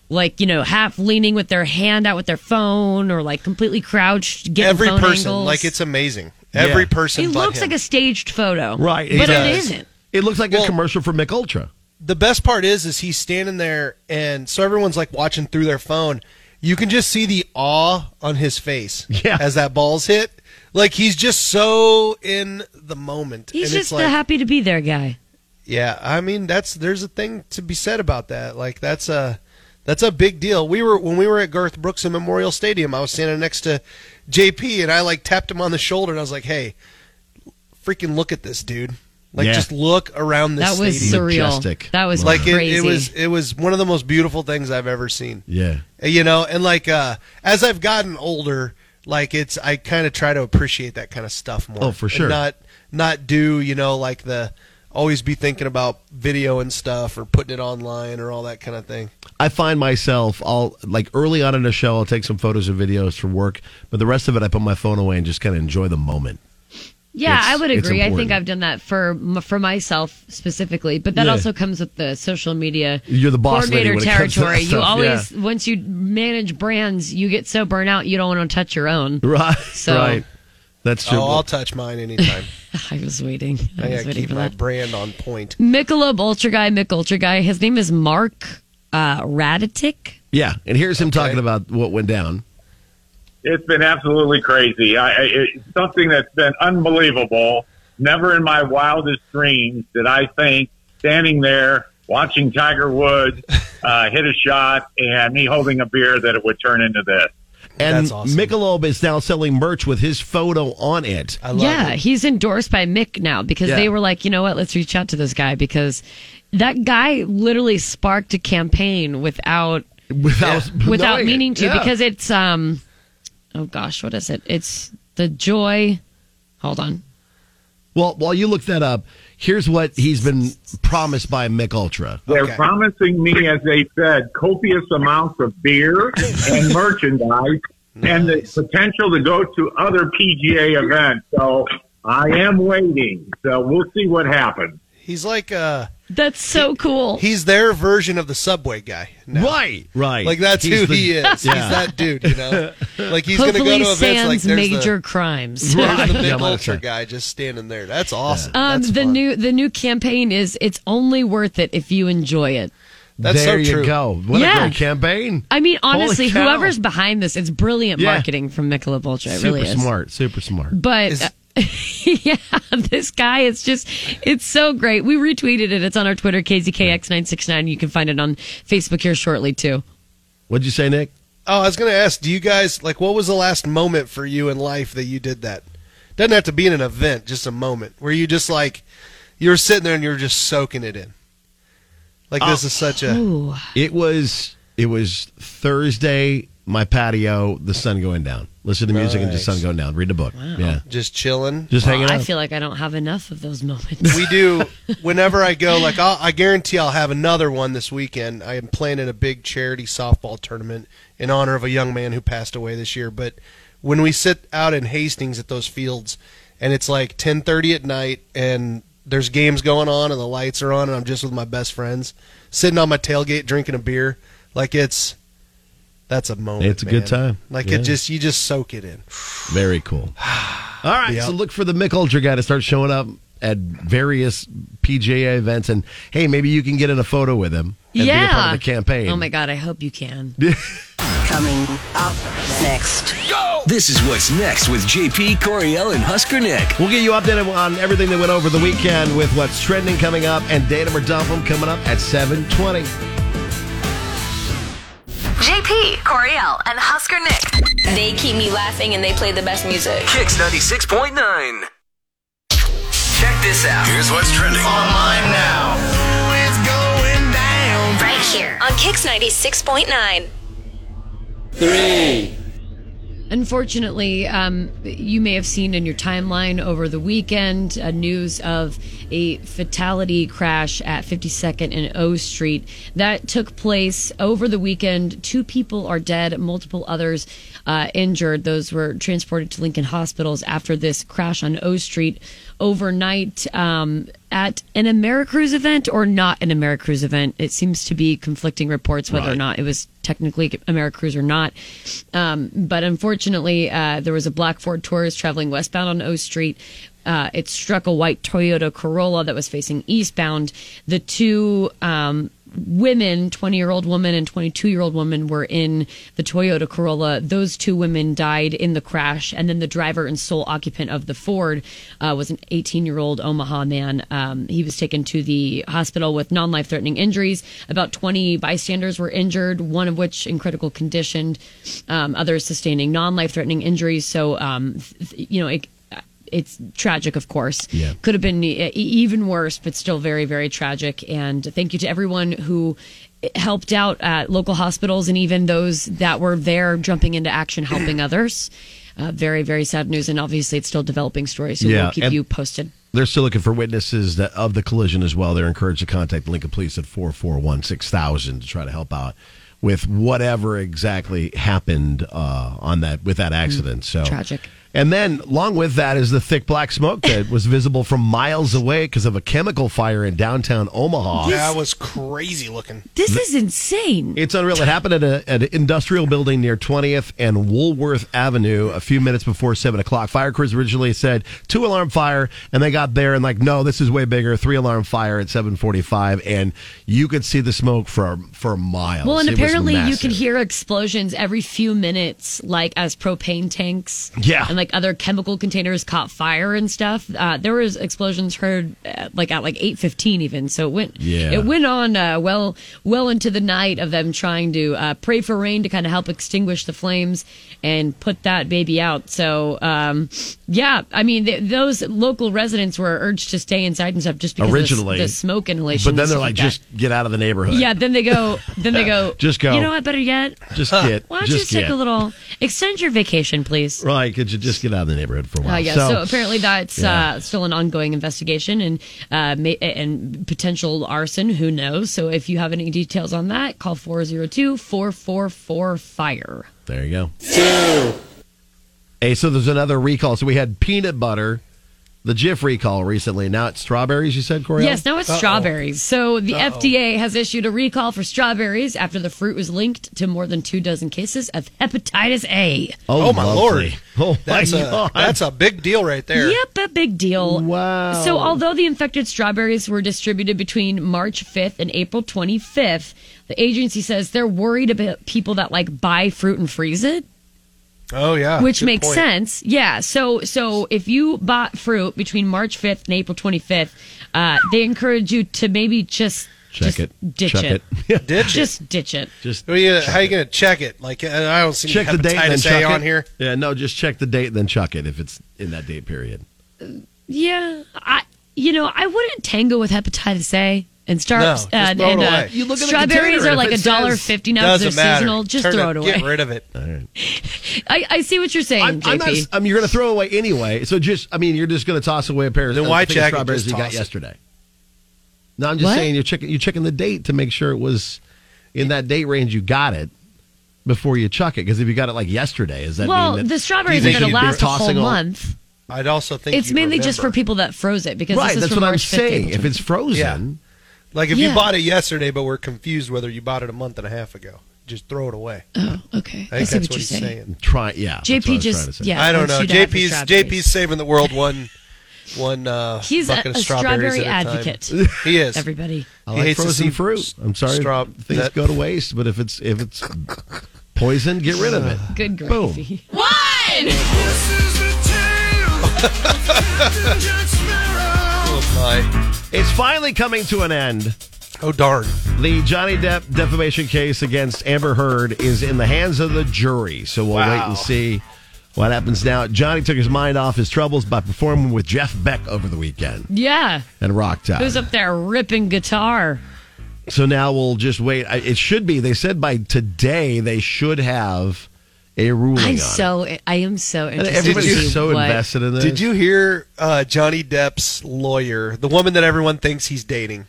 [SPEAKER 12] like, you know, half leaning with their hand out with their phone or like completely crouched, getting
[SPEAKER 11] every
[SPEAKER 12] phone
[SPEAKER 11] person.
[SPEAKER 12] angles.
[SPEAKER 11] Like it's amazing. Every
[SPEAKER 10] Yeah.
[SPEAKER 11] person.
[SPEAKER 12] It
[SPEAKER 11] but
[SPEAKER 12] looks
[SPEAKER 11] him.
[SPEAKER 12] like a staged photo.
[SPEAKER 10] right,
[SPEAKER 12] But
[SPEAKER 10] he's-
[SPEAKER 12] it isn't.
[SPEAKER 10] It looks like a commercial for Mick Ultra.
[SPEAKER 11] the best part is is he's standing there and so everyone's like watching through their phone you can just see the awe on his face yeah. as that ball's hit like he's just so in the moment
[SPEAKER 12] He's
[SPEAKER 11] and it's
[SPEAKER 12] just
[SPEAKER 11] like,
[SPEAKER 12] the happy to be there guy.
[SPEAKER 11] yeah i mean that's there's a thing to be said about that like that's a that's a big deal we were when we were at garth brooks in memorial stadium i was standing next to jp and i like tapped him on the shoulder and i was like hey freaking look at this dude like
[SPEAKER 10] Yeah.
[SPEAKER 11] just look around this
[SPEAKER 12] That was
[SPEAKER 11] stadium.
[SPEAKER 12] surreal. That was
[SPEAKER 11] like it-
[SPEAKER 12] crazy.
[SPEAKER 11] It, was it was one of the most beautiful things I've ever seen.
[SPEAKER 10] Yeah.
[SPEAKER 11] You know, and like uh as I've gotten older, like it's I kind of try to appreciate that kind of stuff more.
[SPEAKER 10] Oh, for
[SPEAKER 11] And
[SPEAKER 10] sure.
[SPEAKER 11] not not do, you know, like the always be thinking about video and stuff or putting it online or all that kind of thing.
[SPEAKER 10] I find myself all like early on in a show, I'll take some photos and videos for work, but the rest of it, I put my phone away and just kind of enjoy the moment.
[SPEAKER 12] Yeah,
[SPEAKER 10] It's-
[SPEAKER 12] I would
[SPEAKER 10] it's
[SPEAKER 12] agree. I think
[SPEAKER 10] important.
[SPEAKER 12] I've done that for m- for myself specifically, but that
[SPEAKER 10] Yeah.
[SPEAKER 12] also comes with the social media.
[SPEAKER 10] You're the boss lady
[SPEAKER 12] coordinator
[SPEAKER 10] when it comes to that
[SPEAKER 12] territory. you
[SPEAKER 10] stuff,
[SPEAKER 12] always
[SPEAKER 10] yeah.
[SPEAKER 12] once you manage brands, you get so burnt out you don't want to touch your own.
[SPEAKER 10] Right.
[SPEAKER 12] So
[SPEAKER 10] right. That's true.
[SPEAKER 11] Oh, I'll touch mine anytime.
[SPEAKER 12] I was waiting. I,
[SPEAKER 11] I
[SPEAKER 12] was
[SPEAKER 11] gotta
[SPEAKER 12] waiting
[SPEAKER 11] keep
[SPEAKER 12] for
[SPEAKER 11] my
[SPEAKER 12] that.
[SPEAKER 11] brand on point.
[SPEAKER 12] Michelob Ultra guy, Mick Ultra guy. His name is Mark uh, Raditic.
[SPEAKER 10] yeah. And here's him talking about what went down.
[SPEAKER 8] It's been absolutely crazy. I, I, it's something that's been unbelievable. Never in my wildest dreams did I think standing there watching Tiger Woods uh, hit a shot and me holding a beer that it would turn into this.
[SPEAKER 10] And Michelob is now selling merch with his photo on it. I
[SPEAKER 12] yeah, he's endorsed by Mick now because
[SPEAKER 10] Yeah.
[SPEAKER 12] they were like, you know what, let's reach out to this guy because that guy literally sparked a campaign without
[SPEAKER 10] without
[SPEAKER 12] without meaning to
[SPEAKER 10] Yeah.
[SPEAKER 12] because it's um oh gosh, what is it? It's the joy. Hold on.
[SPEAKER 10] Well, while you look that up, here's what he's been promised by Mick Ultra.
[SPEAKER 8] They're promising me, as they said, copious amounts of beer and merchandise and the potential to go to other PGA events. So I am waiting. So we'll see what happens.
[SPEAKER 11] He's like uh
[SPEAKER 12] That's so cool.
[SPEAKER 11] He's their version of the subway guy. now.
[SPEAKER 10] Right, right.
[SPEAKER 11] Like that's
[SPEAKER 10] He's
[SPEAKER 11] who
[SPEAKER 10] the-
[SPEAKER 11] he is.
[SPEAKER 10] Yeah.
[SPEAKER 11] He's that dude, you know. Like he's going to go
[SPEAKER 12] Hopefully
[SPEAKER 11] to events like
[SPEAKER 12] sans
[SPEAKER 11] there's
[SPEAKER 12] major
[SPEAKER 11] the,
[SPEAKER 12] crimes.
[SPEAKER 11] There's the
[SPEAKER 10] Yeah,
[SPEAKER 11] big
[SPEAKER 10] I'm
[SPEAKER 11] ultra
[SPEAKER 10] upset.
[SPEAKER 11] guy just standing there. That's awesome.
[SPEAKER 12] Um,
[SPEAKER 11] that's
[SPEAKER 12] the new the new campaign is it's only worth it if you enjoy it.
[SPEAKER 11] That's so
[SPEAKER 10] there you
[SPEAKER 11] true.
[SPEAKER 10] go. What
[SPEAKER 12] Yeah.
[SPEAKER 10] a great campaign.
[SPEAKER 12] I mean,
[SPEAKER 10] Holy
[SPEAKER 12] honestly,
[SPEAKER 10] cow.
[SPEAKER 12] whoever's behind this, it's brilliant
[SPEAKER 10] Yeah.
[SPEAKER 12] marketing from Michelob Ultra. It
[SPEAKER 10] super
[SPEAKER 12] really is.
[SPEAKER 10] smart, super smart.
[SPEAKER 12] But uh, yeah, this guy is just, it's so great. We retweeted it. It's on our Twitter, KZKX969. You can find it on Facebook here shortly, too.
[SPEAKER 10] What'd you say, Nick?
[SPEAKER 11] Oh, I was going to ask, do you guys like what was the last moment for you in life that you did that? Doesn't have to be in an event, just a moment where you just like you were sitting there and you were just soaking it in. Like this
[SPEAKER 10] Oh.
[SPEAKER 11] is such a
[SPEAKER 10] It was it was Thursday. My patio, the sun going down. Listen to music and just sun
[SPEAKER 11] Nice.
[SPEAKER 10] going down. Read a book. Yeah,
[SPEAKER 11] just chilling.
[SPEAKER 10] just hanging
[SPEAKER 12] I
[SPEAKER 10] out.
[SPEAKER 12] feel like I don't have enough of those moments.
[SPEAKER 11] we do whenever I go. Like I'll, I guarantee I'll have another one this weekend. I am planning a big charity softball tournament in honor of a young man who passed away this year. But when we sit out in Hastings at those fields, and it's like ten thirty at night, and there's games going on, and the lights are on, and I'm just with my best friends, sitting on my tailgate drinking a beer. Like it's that's a moment.
[SPEAKER 10] It's a good
[SPEAKER 11] man.
[SPEAKER 10] time.
[SPEAKER 11] Like
[SPEAKER 10] Yeah.
[SPEAKER 11] it just you just soak it in.
[SPEAKER 10] Very cool. All right, so look for the Mick Ultra guy to start showing up at various PGA events, and hey, maybe you can get in a photo with him and be a part of the campaign.
[SPEAKER 12] Oh my God, I hope you can.
[SPEAKER 2] Coming up next. Go! This is what's next with JP Coriel and Husker Nick.
[SPEAKER 10] We'll get you updated on everything that went over the weekend with what's trending coming up and Datum or Dump 'em coming up at 720.
[SPEAKER 1] JP, Coriel, and Husker Nick. They keep me laughing and they play the best music.
[SPEAKER 2] Kicks 96.9. Check this out. Here's what's trending online now. It's going down.
[SPEAKER 1] Right here on Kicks 96.9.
[SPEAKER 2] Three.
[SPEAKER 12] Unfortunately, um, you may have seen in your timeline over the weekend uh, news of a fatality crash at 52nd and O Street that took place over the weekend. Two people are dead, multiple others uh, injured. Those were transported to Lincoln hospitals after this crash on O Street overnight um, at an AmeriCruise event or not an AmeriCruise event. It seems to be conflicting reports whether or
[SPEAKER 13] Right.
[SPEAKER 12] not it was technically AmeriCruise or not. Um, but unfortunately, uh, there was a black Ford Taurus traveling westbound on O Street. Uh, it struck a white Toyota Corolla that was facing eastbound. The two um, women, 20 year old woman and 22 year old woman, were in the Toyota Corolla. Those two women died in the crash. And then the driver and sole occupant of the Ford uh, was an 18 year old Omaha man. Um, he was taken to the hospital with non life threatening injuries. About 20 bystanders were injured, one of which in critical condition, um, others sustaining non life threatening injuries. So, um, th- th- you know, it, it's tragic, of course.
[SPEAKER 14] Yeah.
[SPEAKER 12] Could have been e- even worse, but still very, very tragic. And thank you to everyone who eh, helped out at local hospitals and even those that were there jumping into action, helping others. Uh, very, very sad news. And obviously, it's still developing story. So
[SPEAKER 10] Yeah,
[SPEAKER 12] we'll keep
[SPEAKER 10] and-
[SPEAKER 12] you posted.
[SPEAKER 10] They're still looking for witnesses that, of the collision as well. They're encouraged to contact Lincoln Police at 441 6000 to try to help out with whatever exactly happened uh, on that with that accident. So
[SPEAKER 12] tragic.
[SPEAKER 10] And then, along with that, is the thick black smoke that was visible from miles away because of a chemical fire in downtown Omaha.
[SPEAKER 11] that was crazy looking.
[SPEAKER 12] This is insane.
[SPEAKER 10] It's unreal. It happened at, a, at an industrial building near 20th and Woolworth Avenue a few minutes before 7 o'clock. Fire crews originally said two alarm fire, and they got there and like, no, this is way bigger. Three alarm fire at 745, and you could see the smoke for, for miles.
[SPEAKER 12] Well, and
[SPEAKER 10] It was
[SPEAKER 12] apparently you
[SPEAKER 10] massive.
[SPEAKER 12] can hear explosions every few minutes, like as propane tanks,
[SPEAKER 10] Yeah.
[SPEAKER 12] and like other chemical containers caught fire and stuff. Uh, there was explosions heard uh, like at like eight fifteen even, so it went
[SPEAKER 14] Yeah.
[SPEAKER 12] it went on uh, well well into the night of them trying to uh, pray for rain to kind of help extinguish the flames and put that baby out. So um, yeah, I mean th- those local residents were urged to stay inside and stuff just because
[SPEAKER 10] originally
[SPEAKER 12] of the, s- the smoke inhalation.
[SPEAKER 10] But
[SPEAKER 12] and
[SPEAKER 10] then they're
[SPEAKER 12] stuff
[SPEAKER 10] like,
[SPEAKER 12] that.
[SPEAKER 10] just get out of the neighborhood.
[SPEAKER 12] Yeah, then they go. Then they go.
[SPEAKER 10] Just go.
[SPEAKER 12] You know what? Better yet,
[SPEAKER 10] Just get.
[SPEAKER 12] why don't
[SPEAKER 10] just
[SPEAKER 12] you take
[SPEAKER 10] get.
[SPEAKER 12] a little extend your vacation, please?
[SPEAKER 10] Right, could you just get out of the neighborhood for a while?
[SPEAKER 12] Uh, yeah. So, apparently that's
[SPEAKER 10] Yeah.
[SPEAKER 12] uh, still an ongoing investigation and uh, may, and potential arson. Who knows? So if you have any details on that, call 402-444-FIRE.
[SPEAKER 10] There you go. Hey, so there's another recall. So we had peanut butter, the Jif recall recently. Now it's strawberries. You said, Corey?
[SPEAKER 12] Yes, now it's strawberries. So the
[SPEAKER 10] Uh-oh.
[SPEAKER 12] FDA has issued a recall for strawberries after the fruit was linked to more than two dozen cases of hepatitis A.
[SPEAKER 10] Oh,
[SPEAKER 11] my
[SPEAKER 10] lovely.
[SPEAKER 11] lord!
[SPEAKER 10] Oh my
[SPEAKER 11] that's
[SPEAKER 10] God.
[SPEAKER 11] a that's a big deal right there.
[SPEAKER 12] Yep, a big deal. Wow. So, although the infected strawberries were distributed between March 5th and April 25th, the agency says they're worried about people that like buy fruit and freeze it.
[SPEAKER 11] Oh yeah,
[SPEAKER 12] Which
[SPEAKER 11] good
[SPEAKER 12] makes
[SPEAKER 11] point.
[SPEAKER 12] sense. Yeah. So so if you bought fruit between March 5th and April 25th, uh, they encourage you to maybe just
[SPEAKER 10] Check
[SPEAKER 12] just
[SPEAKER 10] it.
[SPEAKER 12] Ditch
[SPEAKER 10] Check
[SPEAKER 12] it.
[SPEAKER 10] it.
[SPEAKER 11] Ditch it.
[SPEAKER 12] Just ditch it.
[SPEAKER 10] Just
[SPEAKER 11] Well, yeah, how you gonna check it? Like uh, I I don't see
[SPEAKER 10] check
[SPEAKER 11] any
[SPEAKER 10] the date and then
[SPEAKER 11] hepatitis
[SPEAKER 10] chuck
[SPEAKER 11] A on
[SPEAKER 10] it.
[SPEAKER 11] here.
[SPEAKER 10] Yeah, no, just check the date and then chuck it if it's in that date period.
[SPEAKER 12] Yeah. I you know, I wouldn't tango with hepatitis A and start
[SPEAKER 10] No,
[SPEAKER 12] uh,
[SPEAKER 10] just
[SPEAKER 12] and,
[SPEAKER 10] throw it
[SPEAKER 12] uh,
[SPEAKER 10] away. You look at the
[SPEAKER 12] strawberries
[SPEAKER 10] container,
[SPEAKER 12] are
[SPEAKER 10] if
[SPEAKER 12] like
[SPEAKER 10] it
[SPEAKER 12] a
[SPEAKER 10] says-
[SPEAKER 12] dollar fifty now 'cause
[SPEAKER 11] Doesn't
[SPEAKER 12] they're
[SPEAKER 11] matter.
[SPEAKER 12] seasonal. Just
[SPEAKER 11] Turn
[SPEAKER 12] throw it away.
[SPEAKER 11] Get rid of it.
[SPEAKER 12] I, I see what you're saying,
[SPEAKER 10] I'm,
[SPEAKER 12] JP.
[SPEAKER 10] I'm not, I mean, you're going to throw away anyway. So just, I mean, you're just going to toss away a pair of,
[SPEAKER 11] Then
[SPEAKER 10] of
[SPEAKER 11] why
[SPEAKER 10] the thing of
[SPEAKER 11] check it?
[SPEAKER 10] strawberries
[SPEAKER 11] Just
[SPEAKER 10] you got
[SPEAKER 11] toss it.
[SPEAKER 10] yesterday. No, I'm just
[SPEAKER 11] What?
[SPEAKER 10] saying you're checking you're checking the date to make sure it was in that date range you got it before you chuck it. Because if you got it like yesterday, is that
[SPEAKER 12] well,
[SPEAKER 10] mean that
[SPEAKER 12] the strawberries
[SPEAKER 10] Do
[SPEAKER 12] are
[SPEAKER 10] you
[SPEAKER 12] going
[SPEAKER 10] think
[SPEAKER 12] to
[SPEAKER 10] you'd
[SPEAKER 12] last
[SPEAKER 10] be
[SPEAKER 12] a whole
[SPEAKER 10] tossing all-
[SPEAKER 12] month.
[SPEAKER 11] I'd also think
[SPEAKER 12] It's
[SPEAKER 11] you
[SPEAKER 12] mainly just for
[SPEAKER 11] remember.
[SPEAKER 12] people that froze it because
[SPEAKER 10] right?
[SPEAKER 12] this is
[SPEAKER 10] That's
[SPEAKER 12] from
[SPEAKER 10] what I'm
[SPEAKER 12] March 15th.
[SPEAKER 10] saying. If it's frozen,
[SPEAKER 11] Like if
[SPEAKER 12] Yeah.
[SPEAKER 11] you bought it yesterday, but we're confused whether you bought it a month and a half ago, just throw it away.
[SPEAKER 12] Oh, okay.
[SPEAKER 11] I think that's what he's saying.
[SPEAKER 10] Try, yeah. that's
[SPEAKER 12] JP
[SPEAKER 10] what I was
[SPEAKER 12] just-
[SPEAKER 10] trying to say.
[SPEAKER 12] yeah,
[SPEAKER 11] I don't
[SPEAKER 12] wants
[SPEAKER 11] know.
[SPEAKER 12] you to have your
[SPEAKER 11] JP's
[SPEAKER 12] strawberries.
[SPEAKER 11] JP's saving the world one one uh,
[SPEAKER 12] He's a-
[SPEAKER 11] bucket
[SPEAKER 12] a
[SPEAKER 11] of strawberries
[SPEAKER 12] strawberry
[SPEAKER 11] at a time.
[SPEAKER 12] advocate.
[SPEAKER 11] He is
[SPEAKER 12] Everybody.
[SPEAKER 10] I
[SPEAKER 11] He
[SPEAKER 10] like
[SPEAKER 11] hates to
[SPEAKER 10] frozen
[SPEAKER 11] see
[SPEAKER 10] fruit. I'm sorry,
[SPEAKER 11] straw-
[SPEAKER 10] things
[SPEAKER 11] that-
[SPEAKER 10] go to waste. But if it's if it's poisoned, get rid of it.
[SPEAKER 12] Good
[SPEAKER 10] Boom.
[SPEAKER 12] gravy.
[SPEAKER 11] Oh my!
[SPEAKER 10] It's finally coming to an end.
[SPEAKER 11] Oh, darn.
[SPEAKER 10] The Johnny Depp defamation case against Amber Heard is in the hands of the jury, so we'll wait and see what happens now. Johnny took his mind off his troubles by performing with Jeff Beck over the weekend
[SPEAKER 12] Yeah.
[SPEAKER 10] and rocked out.
[SPEAKER 12] Who's up there ripping guitar?
[SPEAKER 10] So now we'll just wait. I- It should be. They said by today they should have a ruling. on
[SPEAKER 12] I'm
[SPEAKER 10] it.
[SPEAKER 12] so I am so interested.
[SPEAKER 10] everybody's
[SPEAKER 12] to see
[SPEAKER 10] so
[SPEAKER 12] what-
[SPEAKER 10] invested in this.
[SPEAKER 11] Did you hear uh, Johnny Depp's lawyer, the woman that everyone thinks he's dating?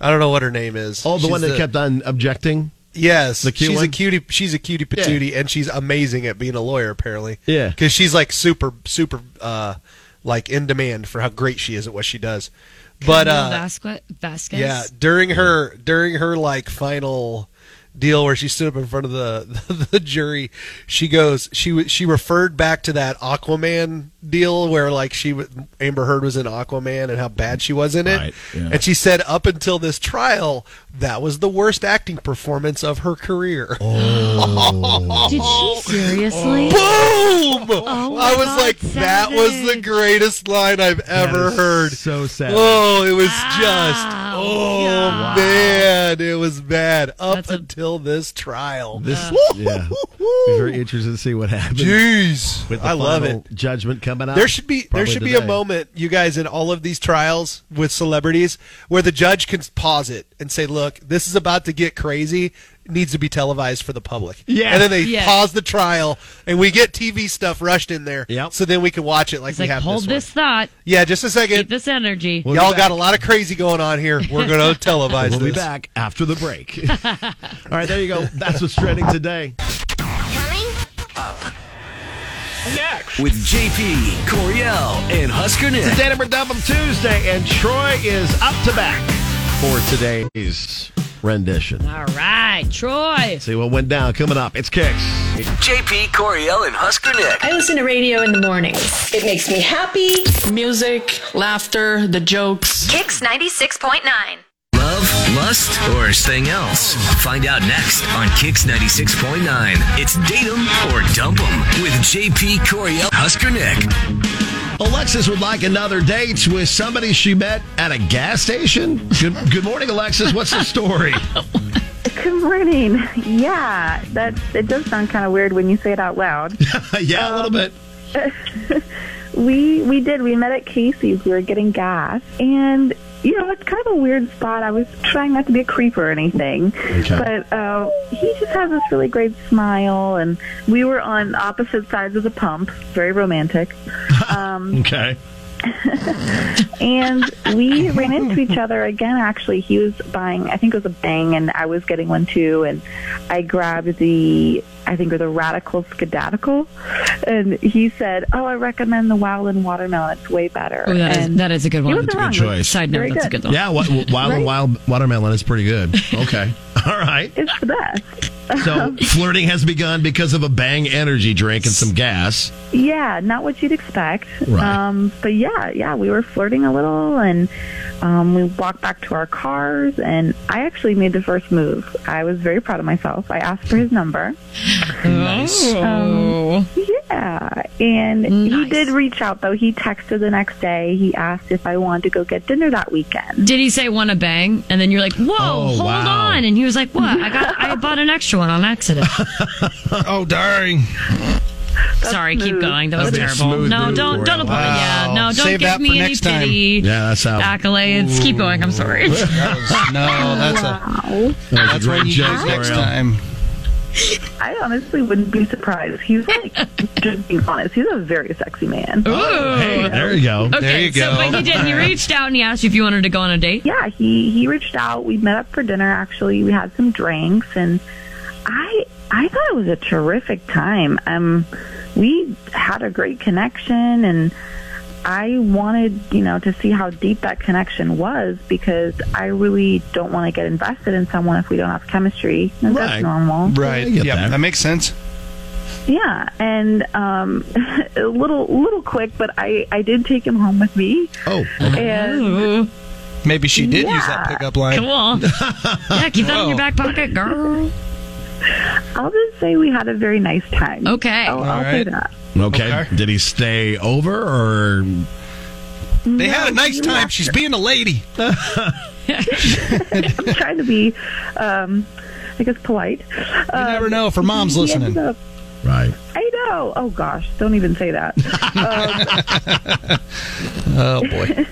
[SPEAKER 11] I don't know what her name is.
[SPEAKER 10] Oh, the
[SPEAKER 11] She's
[SPEAKER 10] one that kept on objecting.
[SPEAKER 11] Yes,
[SPEAKER 10] the cute
[SPEAKER 11] she's
[SPEAKER 10] one.
[SPEAKER 11] a cutie. She's a cutie
[SPEAKER 10] Yeah.
[SPEAKER 11] patootie, and she's amazing at being a lawyer. Apparently,
[SPEAKER 10] Yeah.
[SPEAKER 11] because she's like super, super, uh, like in demand for how great she is at what she does.
[SPEAKER 12] Camila
[SPEAKER 11] But uh,
[SPEAKER 12] Vasque- Vasquez.
[SPEAKER 11] yeah, during her during her like final deal where she stood up in front of the the, jury, she goes she w- she referred back to that Aquaman deal where like she w- Amber Heard was in Aquaman and how bad she was in it,
[SPEAKER 13] Right, yeah.
[SPEAKER 11] and she said up until this trial that was the worst acting performance of her career.
[SPEAKER 13] Oh.
[SPEAKER 12] Did she seriously?
[SPEAKER 11] Boom!
[SPEAKER 12] Oh
[SPEAKER 11] I
[SPEAKER 12] my
[SPEAKER 11] was
[SPEAKER 12] God,
[SPEAKER 11] like, that was the greatest line I've ever heard.
[SPEAKER 10] So sad.
[SPEAKER 11] Oh, it was just. Oh man, it was bad up until this trial.
[SPEAKER 10] This, yeah. Be very interested to see what happens.
[SPEAKER 11] Jeez,
[SPEAKER 10] With the
[SPEAKER 11] I love
[SPEAKER 10] final Judgment coming out.
[SPEAKER 11] There should be there
[SPEAKER 10] probably
[SPEAKER 11] should be a
[SPEAKER 10] today.
[SPEAKER 11] moment, you guys, in all of these trials with celebrities where the judge can pause it and say, "Look, this is about to get crazy. It needs to be televised for the public."
[SPEAKER 10] Yes.
[SPEAKER 11] and then they
[SPEAKER 10] Yes.
[SPEAKER 11] pause the trial, and we get TV stuff rushed in there. so then we can watch it like
[SPEAKER 12] It's
[SPEAKER 11] we
[SPEAKER 12] like
[SPEAKER 11] have
[SPEAKER 12] hold
[SPEAKER 11] this.
[SPEAKER 12] this, thought.
[SPEAKER 11] one. Yeah, just a second.
[SPEAKER 12] Keep this energy.
[SPEAKER 11] Y'all got a lot of crazy going on here. We're going to televise.
[SPEAKER 10] We'll be
[SPEAKER 11] this.
[SPEAKER 10] back after the break. All right, there you go. That's what's trending today.
[SPEAKER 2] With JP, Coriel, and Husker Nick.
[SPEAKER 10] It's a Datum or Dumb Tuesday, and Troy is up to back for today's rendition.
[SPEAKER 12] All right, Troy.
[SPEAKER 10] See what went down coming up. It's Kicks.
[SPEAKER 2] JP, Coriel, and Husker Nick.
[SPEAKER 14] I listen to radio in the mornings. It makes me happy. Music, laughter, the jokes.
[SPEAKER 1] Kicks 96.9.
[SPEAKER 2] Love, lust, or something else? Find out next on Kicks 96.9. It's Date 'em or Dump 'em with JP, Coriel, Husker Nick.
[SPEAKER 10] Alexis would like another date with somebody she met at a gas station. Good, good morning, Alexis. What's the story?
[SPEAKER 15] Good morning. Yeah, that it does sound kind of weird when you say it out loud.
[SPEAKER 10] yeah, a little bit.
[SPEAKER 15] we we did. We met at Casey's. We were getting gas, and you know it's kind of a weird spot. I was trying not to be a creep or anything, but uh, he just has this really great smile, and we were on opposite sides of the pump. Very romantic. Um,
[SPEAKER 10] Okay.
[SPEAKER 15] and we ran into each other again actually he was buying i think it was a bang and i was getting one too and i grabbed the i think it was a radical skedaddle and he said oh i recommend the wildland watermelon it's way better
[SPEAKER 12] Oh, that is,
[SPEAKER 15] and
[SPEAKER 12] that is a good one.
[SPEAKER 15] he wasn't wrong. It was
[SPEAKER 12] Side note,
[SPEAKER 15] very
[SPEAKER 12] that's a good one.
[SPEAKER 10] Yeah, wa- wild and wild watermelon is pretty good. Okay. All right.
[SPEAKER 15] It's the best.
[SPEAKER 12] Uh-huh.
[SPEAKER 10] So flirting has begun because of a bang energy drink and some gas.
[SPEAKER 15] Yeah, not what you'd expect.
[SPEAKER 10] Right.
[SPEAKER 15] Um, but yeah, yeah, we were flirting a little, and um, we walked back to our cars, and I actually made the first move. I was very proud of myself. I asked for his number.
[SPEAKER 12] Nice.
[SPEAKER 15] Um, yeah, and he did reach out though. He texted the next day. He asked if I wanted to go get dinner that weekend.
[SPEAKER 12] Did he say want a bang? And then you're like, whoa,
[SPEAKER 15] Oh,
[SPEAKER 12] hold
[SPEAKER 15] wow.
[SPEAKER 12] on. And he was like, what? I got, I bought an extra one on accident.
[SPEAKER 10] oh, darn.
[SPEAKER 12] Sorry, keep going. That was
[SPEAKER 10] That'd be a
[SPEAKER 12] terrible.
[SPEAKER 10] smooth
[SPEAKER 12] No,
[SPEAKER 10] move
[SPEAKER 12] don't,
[SPEAKER 10] for
[SPEAKER 12] don't
[SPEAKER 10] him.
[SPEAKER 12] apologize. Yeah,
[SPEAKER 10] Wow.
[SPEAKER 12] no, don't
[SPEAKER 10] Oh, Save
[SPEAKER 12] give
[SPEAKER 10] that
[SPEAKER 12] me
[SPEAKER 10] for
[SPEAKER 12] any
[SPEAKER 10] next time.
[SPEAKER 12] pity.
[SPEAKER 10] Yeah, that's how-
[SPEAKER 12] Accolades. Keep going. I'm sorry.
[SPEAKER 15] no,
[SPEAKER 11] that's a-
[SPEAKER 15] Wow.
[SPEAKER 11] That's when you
[SPEAKER 10] joke,
[SPEAKER 11] guys next
[SPEAKER 10] L'Oreal.
[SPEAKER 11] time.
[SPEAKER 15] I honestly wouldn't be surprised. He's like, just being honest, he's a very sexy man.
[SPEAKER 12] Ooh.
[SPEAKER 10] Hey, there you go.
[SPEAKER 12] Okay, So, but he did. He reached out and he asked you if you wanted to go on a date.
[SPEAKER 15] Yeah, he he reached out. We met up for dinner. Actually, we had some drinks, and I I thought it was a terrific time. Um, we had a great connection, and I wanted you know to see how deep that connection was because I really don't want to get invested in someone if we don't have chemistry. And That's
[SPEAKER 10] Oh,
[SPEAKER 15] normal.
[SPEAKER 13] Right. Yeah, that. makes sense.
[SPEAKER 15] Yeah, and um, a little little quick, but I I did take him home with me.
[SPEAKER 10] Oh,
[SPEAKER 15] and
[SPEAKER 13] Maybe she did use that
[SPEAKER 15] Yeah.
[SPEAKER 13] pickup line.
[SPEAKER 12] Cool. yeah, keep that in
[SPEAKER 10] Oh.
[SPEAKER 12] your
[SPEAKER 13] Whoa.
[SPEAKER 12] back pocket, girl.
[SPEAKER 15] I'll just say we had a very nice time.
[SPEAKER 12] Okay.
[SPEAKER 15] I'll, I'll say that.
[SPEAKER 10] Okay. Did he stay over or
[SPEAKER 13] They had a nice
[SPEAKER 15] he
[SPEAKER 13] time.
[SPEAKER 15] left
[SPEAKER 13] She's being a lady.
[SPEAKER 15] I'm trying to be, um, I guess, polite. You
[SPEAKER 13] never know for mom's listening.
[SPEAKER 15] right. I know. Oh gosh, don't even say that. um,
[SPEAKER 13] Oh boy.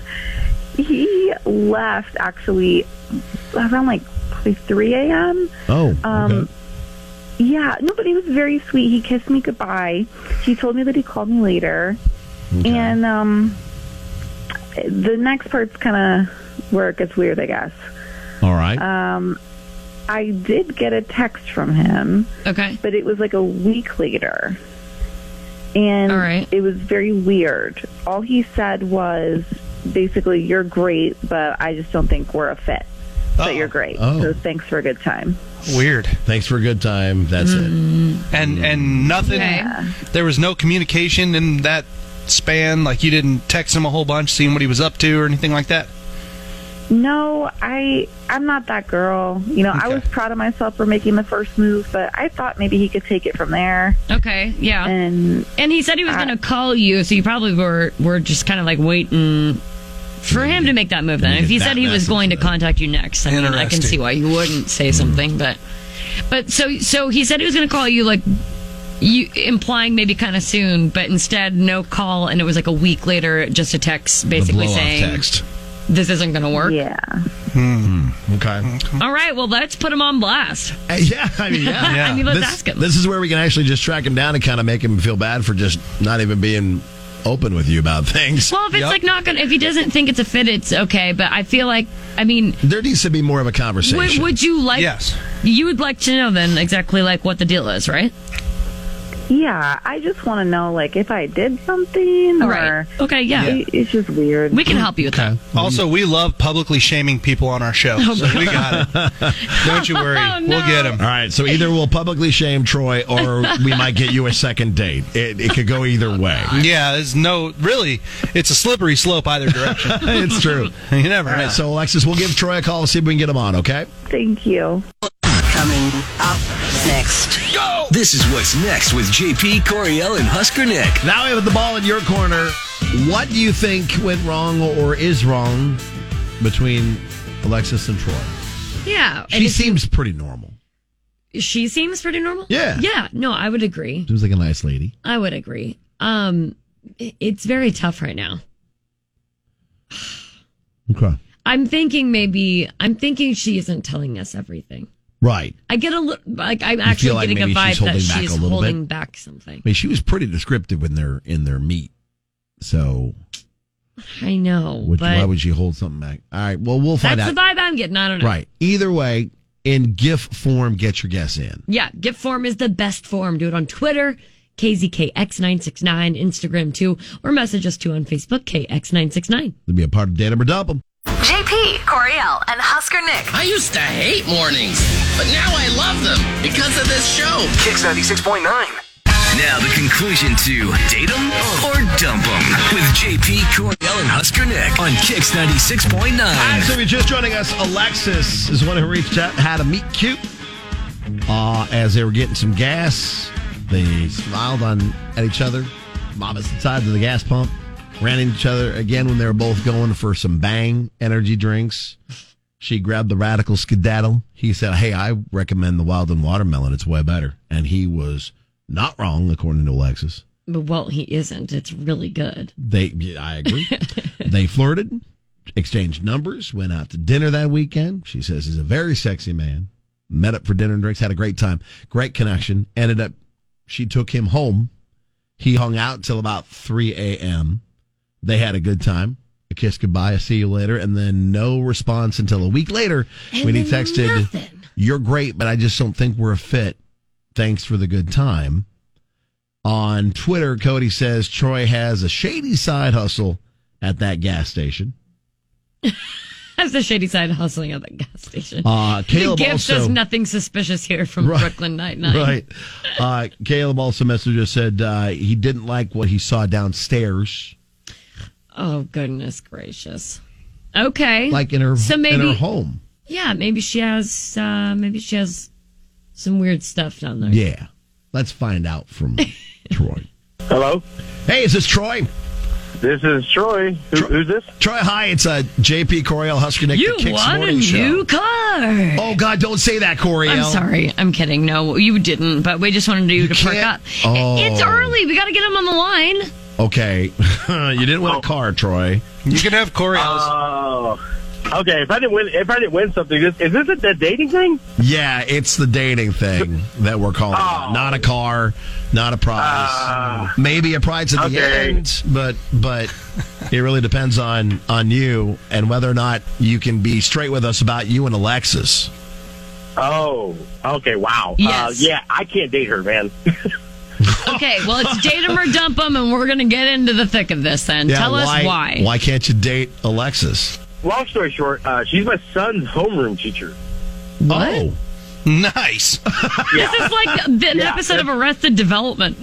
[SPEAKER 15] he left actually around like probably 3 a.m.
[SPEAKER 16] Oh,
[SPEAKER 15] Um, Yeah, no, but he was very sweet. He kissed me goodbye. He told me that he called me later. And um, the next part's kind of where it gets weird, I guess.
[SPEAKER 16] All right.
[SPEAKER 15] Um, I did get a text from him.
[SPEAKER 12] Okay.
[SPEAKER 15] But it was like a week later. And it was very weird. All he said was basically, you're great, but I just don't think we're a fit. But you're great.
[SPEAKER 10] Oh.
[SPEAKER 15] So thanks for a good time.
[SPEAKER 13] Weird.
[SPEAKER 10] Thanks for a good time. That's Mm.
[SPEAKER 13] it. Mm. And and nothing.
[SPEAKER 15] Yeah.
[SPEAKER 13] There was no communication in that span. Like you didn't text him a whole bunch, seeing what he was up to or anything like that.
[SPEAKER 15] No, I I'm not that girl. You know, I was proud of myself for making the first move, but I thought maybe he could take it from there.
[SPEAKER 12] Okay, yeah.
[SPEAKER 15] And
[SPEAKER 12] and he said he was going to call you, so you probably were were just kind of like waiting for him to make that move. Then,
[SPEAKER 14] Didn't
[SPEAKER 12] if
[SPEAKER 14] get
[SPEAKER 12] he
[SPEAKER 14] that
[SPEAKER 12] said he was
[SPEAKER 14] message
[SPEAKER 12] going to contact you next, I mean, I can
[SPEAKER 14] Interesting.
[SPEAKER 12] see why you wouldn't say something, but but so so he said he was going to call you like you implying maybe kind of soon, but instead no call, and it was like a week later, just a text basically
[SPEAKER 10] blow-off
[SPEAKER 12] saying
[SPEAKER 10] text.
[SPEAKER 12] this isn't going to work.
[SPEAKER 15] Yeah.
[SPEAKER 13] Mm.
[SPEAKER 10] Okay.
[SPEAKER 12] All right. Well, let's put him on blast.
[SPEAKER 10] Uh, yeah, I mean, yeah.
[SPEAKER 12] I mean, let's
[SPEAKER 10] this,
[SPEAKER 12] ask him.
[SPEAKER 10] This is where we can actually just track him down and kind of make him feel bad for just not even being open with you about things.
[SPEAKER 12] Well, if it's like not gonna, if he doesn't think it's a fit, it's okay. But I feel like, I mean,
[SPEAKER 10] there needs to be more of a conversation.
[SPEAKER 12] would, would you like? You would like to know then exactly like what the deal is, right?
[SPEAKER 15] Yeah, I just want to know like if I did something or
[SPEAKER 12] Okay, yeah.
[SPEAKER 15] It- it's just weird.
[SPEAKER 12] We can help you with that.
[SPEAKER 13] Also, we love publicly shaming people on our show,
[SPEAKER 12] Oh,
[SPEAKER 13] so we got it. Don't you worry, we'll get him.
[SPEAKER 10] All right, so either we'll publicly shame Troy or we might get you a second date. It, it could go either way.
[SPEAKER 13] Yeah, there's no really. It's a slippery slope either direction.
[SPEAKER 10] it's true.
[SPEAKER 13] You never.
[SPEAKER 10] All right, so Alexis, we'll give Troy a call and see if we can get him on, okay?
[SPEAKER 15] Thank you.
[SPEAKER 2] Coming up next. Go! This is what's next with JP Coriel and Husker Nick.
[SPEAKER 10] Now we have the ball in your corner. What do you think went wrong or is wrong between Alexis and Troy?
[SPEAKER 12] Yeah. And
[SPEAKER 10] She
[SPEAKER 12] if
[SPEAKER 10] seems pretty normal.
[SPEAKER 12] she seems pretty normal.
[SPEAKER 10] Yeah.
[SPEAKER 12] Yeah. No, I would agree.
[SPEAKER 10] Seems like a nice lady.
[SPEAKER 12] I would agree. Um, i- it's very tough right now.
[SPEAKER 10] Okay.
[SPEAKER 12] I'm thinking maybe I'm thinking she isn't telling us everything.
[SPEAKER 10] Right.
[SPEAKER 12] I get a little like I'm
[SPEAKER 10] You
[SPEAKER 12] actually
[SPEAKER 10] feel like
[SPEAKER 12] getting a
[SPEAKER 10] maybe
[SPEAKER 12] vibe
[SPEAKER 10] she's holding
[SPEAKER 12] that
[SPEAKER 10] back
[SPEAKER 12] she's
[SPEAKER 10] a little bit?
[SPEAKER 12] holding back something.
[SPEAKER 10] I mean, she was pretty descriptive in their in their meet. So
[SPEAKER 12] I know,
[SPEAKER 10] would,
[SPEAKER 12] but
[SPEAKER 10] why would she hold something back? All right. Well, we'll find
[SPEAKER 12] that's
[SPEAKER 10] out.
[SPEAKER 12] the vibe I'm getting. I don't know.
[SPEAKER 10] Right. Either way, in GIF form, get your guess in.
[SPEAKER 12] Yeah, gift form is the best form. Do it on Twitter, KZKX969, Instagram too, or message us too on Facebook, KX969.
[SPEAKER 10] To be a part of Datum or Dump 'Em.
[SPEAKER 1] JP, Coriel, and Husker Nick.
[SPEAKER 14] I used to hate mornings, but now I love them because of this show.
[SPEAKER 2] Kicks 96.9. Now the conclusion to date 'em or dump 'em with JP Coriel and Husker Nick on Kicks 96.9.
[SPEAKER 10] All right, so if you're just joining us, Alexis is one who reached out, had a meet cute. Uh, as they were getting some gas, they smiled on at each other, opposite sides of the gas pump, ran into each other again when they were both going for some Bang energy drinks. She grabbed the radical skedaddle. He said, "Hey, I recommend the Wild and Watermelon. It's way better." And he was not wrong, according to Alexis.
[SPEAKER 12] But well, he isn't. It's really good.
[SPEAKER 10] They, yeah, I agree. they flirted, exchanged numbers, went out to dinner that weekend. She says he's a very sexy man. Met up for dinner and drinks, had a great time, great connection. Ended up, she took him home. He hung out till about 3 a.m. They had a good time, a kiss goodbye, a see you later, and then no response until a week later
[SPEAKER 12] And
[SPEAKER 10] when he
[SPEAKER 12] then
[SPEAKER 10] texted,
[SPEAKER 12] nothing.
[SPEAKER 10] You're great, but I just don't think we're a fit. Thanks for the good time. On Twitter, Cody says Troy has a shady side hustle at that gas station.
[SPEAKER 12] That's the shady side hustling at the gas station.
[SPEAKER 10] Uh, Caleb
[SPEAKER 12] the gift
[SPEAKER 10] also-
[SPEAKER 12] says nothing suspicious here from
[SPEAKER 10] Right.
[SPEAKER 12] Brooklyn Nine-Nine.
[SPEAKER 10] Right. Uh, Caleb also messaged us said uh, he didn't like what he saw downstairs.
[SPEAKER 12] Oh, goodness gracious. Okay.
[SPEAKER 10] Like in her
[SPEAKER 12] So
[SPEAKER 10] in
[SPEAKER 12] maybe-
[SPEAKER 10] her home.
[SPEAKER 12] Yeah, maybe she has, uh, maybe she has some weird stuff down there.
[SPEAKER 10] Yeah. Let's find out from Troy. Hello. Hey, is this Troy?
[SPEAKER 16] This is Troy. Who, who's this?
[SPEAKER 10] Troy, hi. It's uh, JP Coriel Huskinick.
[SPEAKER 12] You
[SPEAKER 10] the Kicks
[SPEAKER 12] won a
[SPEAKER 10] morning show.
[SPEAKER 12] new car.
[SPEAKER 10] Oh God! Don't say that, Coriel.
[SPEAKER 12] I'm sorry. I'm kidding. No, you didn't. But we just wanted you, to perk up.
[SPEAKER 10] Oh.
[SPEAKER 12] It's early. We got to get him on the line.
[SPEAKER 10] Okay, you didn't win a car, Troy.
[SPEAKER 17] Oh. You can have Coriel's.
[SPEAKER 16] Oh. Okay, if I didn't win, if I didn't win something, this, is this a the dating thing?
[SPEAKER 10] Yeah, it's the dating thing that we're calling. it.
[SPEAKER 16] Oh.
[SPEAKER 10] Not a car, not a prize. Maybe a prize at
[SPEAKER 16] Uh, okay.
[SPEAKER 10] the end, but but it really depends on on you and whether or not you can be straight with us about you and Alexis.
[SPEAKER 16] Oh, okay, wow.
[SPEAKER 12] Yes.
[SPEAKER 16] Uh, yeah, I can't date her, man.
[SPEAKER 12] Okay. Well, it's date him or dump him, and we're gonna get into the thick of this. Then
[SPEAKER 10] Yeah,
[SPEAKER 12] tell us why.
[SPEAKER 10] Why can't you date Alexis?
[SPEAKER 16] Long story short, uh, she's my son's homeroom teacher.
[SPEAKER 12] What?
[SPEAKER 10] Oh,
[SPEAKER 11] nice.
[SPEAKER 12] This is like the, an
[SPEAKER 16] Yeah.
[SPEAKER 12] episode of Arrested Development.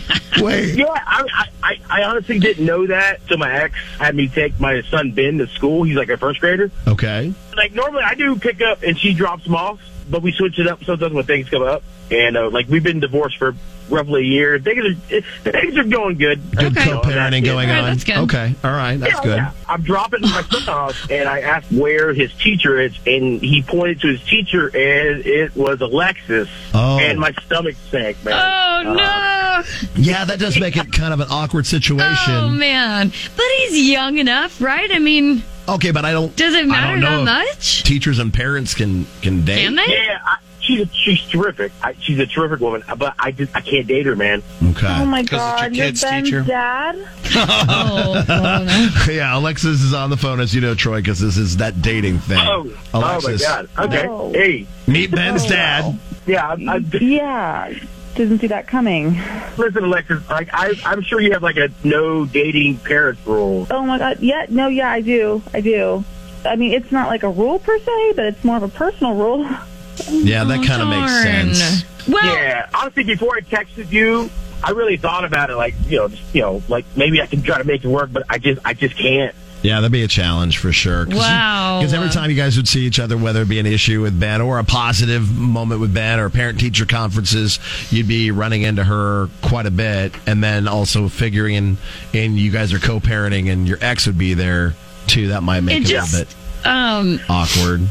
[SPEAKER 10] Wait.
[SPEAKER 16] Yeah, I, I, I honestly didn't know that. So my ex had me take my son Ben to school. He's like a first grader.
[SPEAKER 10] Okay.
[SPEAKER 16] Like normally I do pick up and she drops him off, but we switch it up sometimes when things come up. And uh, like we've been divorced for roughly a year. Things are things are going good.
[SPEAKER 10] Good co-parenting going on. Okay, all right, that's
[SPEAKER 16] Yeah,
[SPEAKER 10] good.
[SPEAKER 16] yeah. I'm dropping my son off, and I asked where his teacher is, and he pointed to his teacher, and it was Alexis.
[SPEAKER 10] Oh.
[SPEAKER 16] And my stomach sank, man.
[SPEAKER 12] Oh
[SPEAKER 16] Uh,
[SPEAKER 12] no!
[SPEAKER 10] Yeah, that does make it kind of an awkward situation.
[SPEAKER 12] Oh man! But he's young enough, right? I mean,
[SPEAKER 10] Okay, but I don't.
[SPEAKER 12] Does it
[SPEAKER 10] I don't
[SPEAKER 12] matter
[SPEAKER 10] know
[SPEAKER 12] that
[SPEAKER 10] if
[SPEAKER 12] much?
[SPEAKER 10] Teachers and parents can can date.
[SPEAKER 12] Can they?
[SPEAKER 16] Yeah, I, she's she's terrific. I, she's a terrific woman, but I just I can't date her, man.
[SPEAKER 10] Okay.
[SPEAKER 15] Oh my God, you're Ben's dad.
[SPEAKER 12] Oh,
[SPEAKER 10] yeah, Alexis is on the phone, as you know, Troy, because this is that dating thing.
[SPEAKER 16] Oh,
[SPEAKER 10] Alexis.
[SPEAKER 16] oh my god. Oh, Okay,
[SPEAKER 15] No.
[SPEAKER 16] hey,
[SPEAKER 10] meet Ben's dad.
[SPEAKER 16] Yeah, I'm, I'm,
[SPEAKER 15] yeah. Didn't see that coming.
[SPEAKER 16] listen, Alexis, like I, I'm sure you have like a no dating parents rule.
[SPEAKER 15] Oh my God. Yeah. No. Yeah. I do. I do. I mean, it's not like a rule per se, but it's more of a personal rule.
[SPEAKER 10] Yeah,
[SPEAKER 16] Oh,
[SPEAKER 10] that kind of makes sense.
[SPEAKER 12] Well,
[SPEAKER 16] yeah, honestly, before I texted you, I really thought about it. Like, you know, just, you know, like maybe I can try to make it work, but I just, I just can't.
[SPEAKER 10] Yeah, that'd be a challenge for sure.
[SPEAKER 12] Wow.
[SPEAKER 10] Because every time you guys would see each other, whether it be an issue with Ben or a positive moment with Ben or parent teacher conferences, you'd be running into her quite a bit. And then also figuring in, in you guys are co parenting and your ex would be there too. That might make
[SPEAKER 12] it
[SPEAKER 10] it, a
[SPEAKER 12] just
[SPEAKER 10] little
[SPEAKER 12] um,
[SPEAKER 10] bit awkward.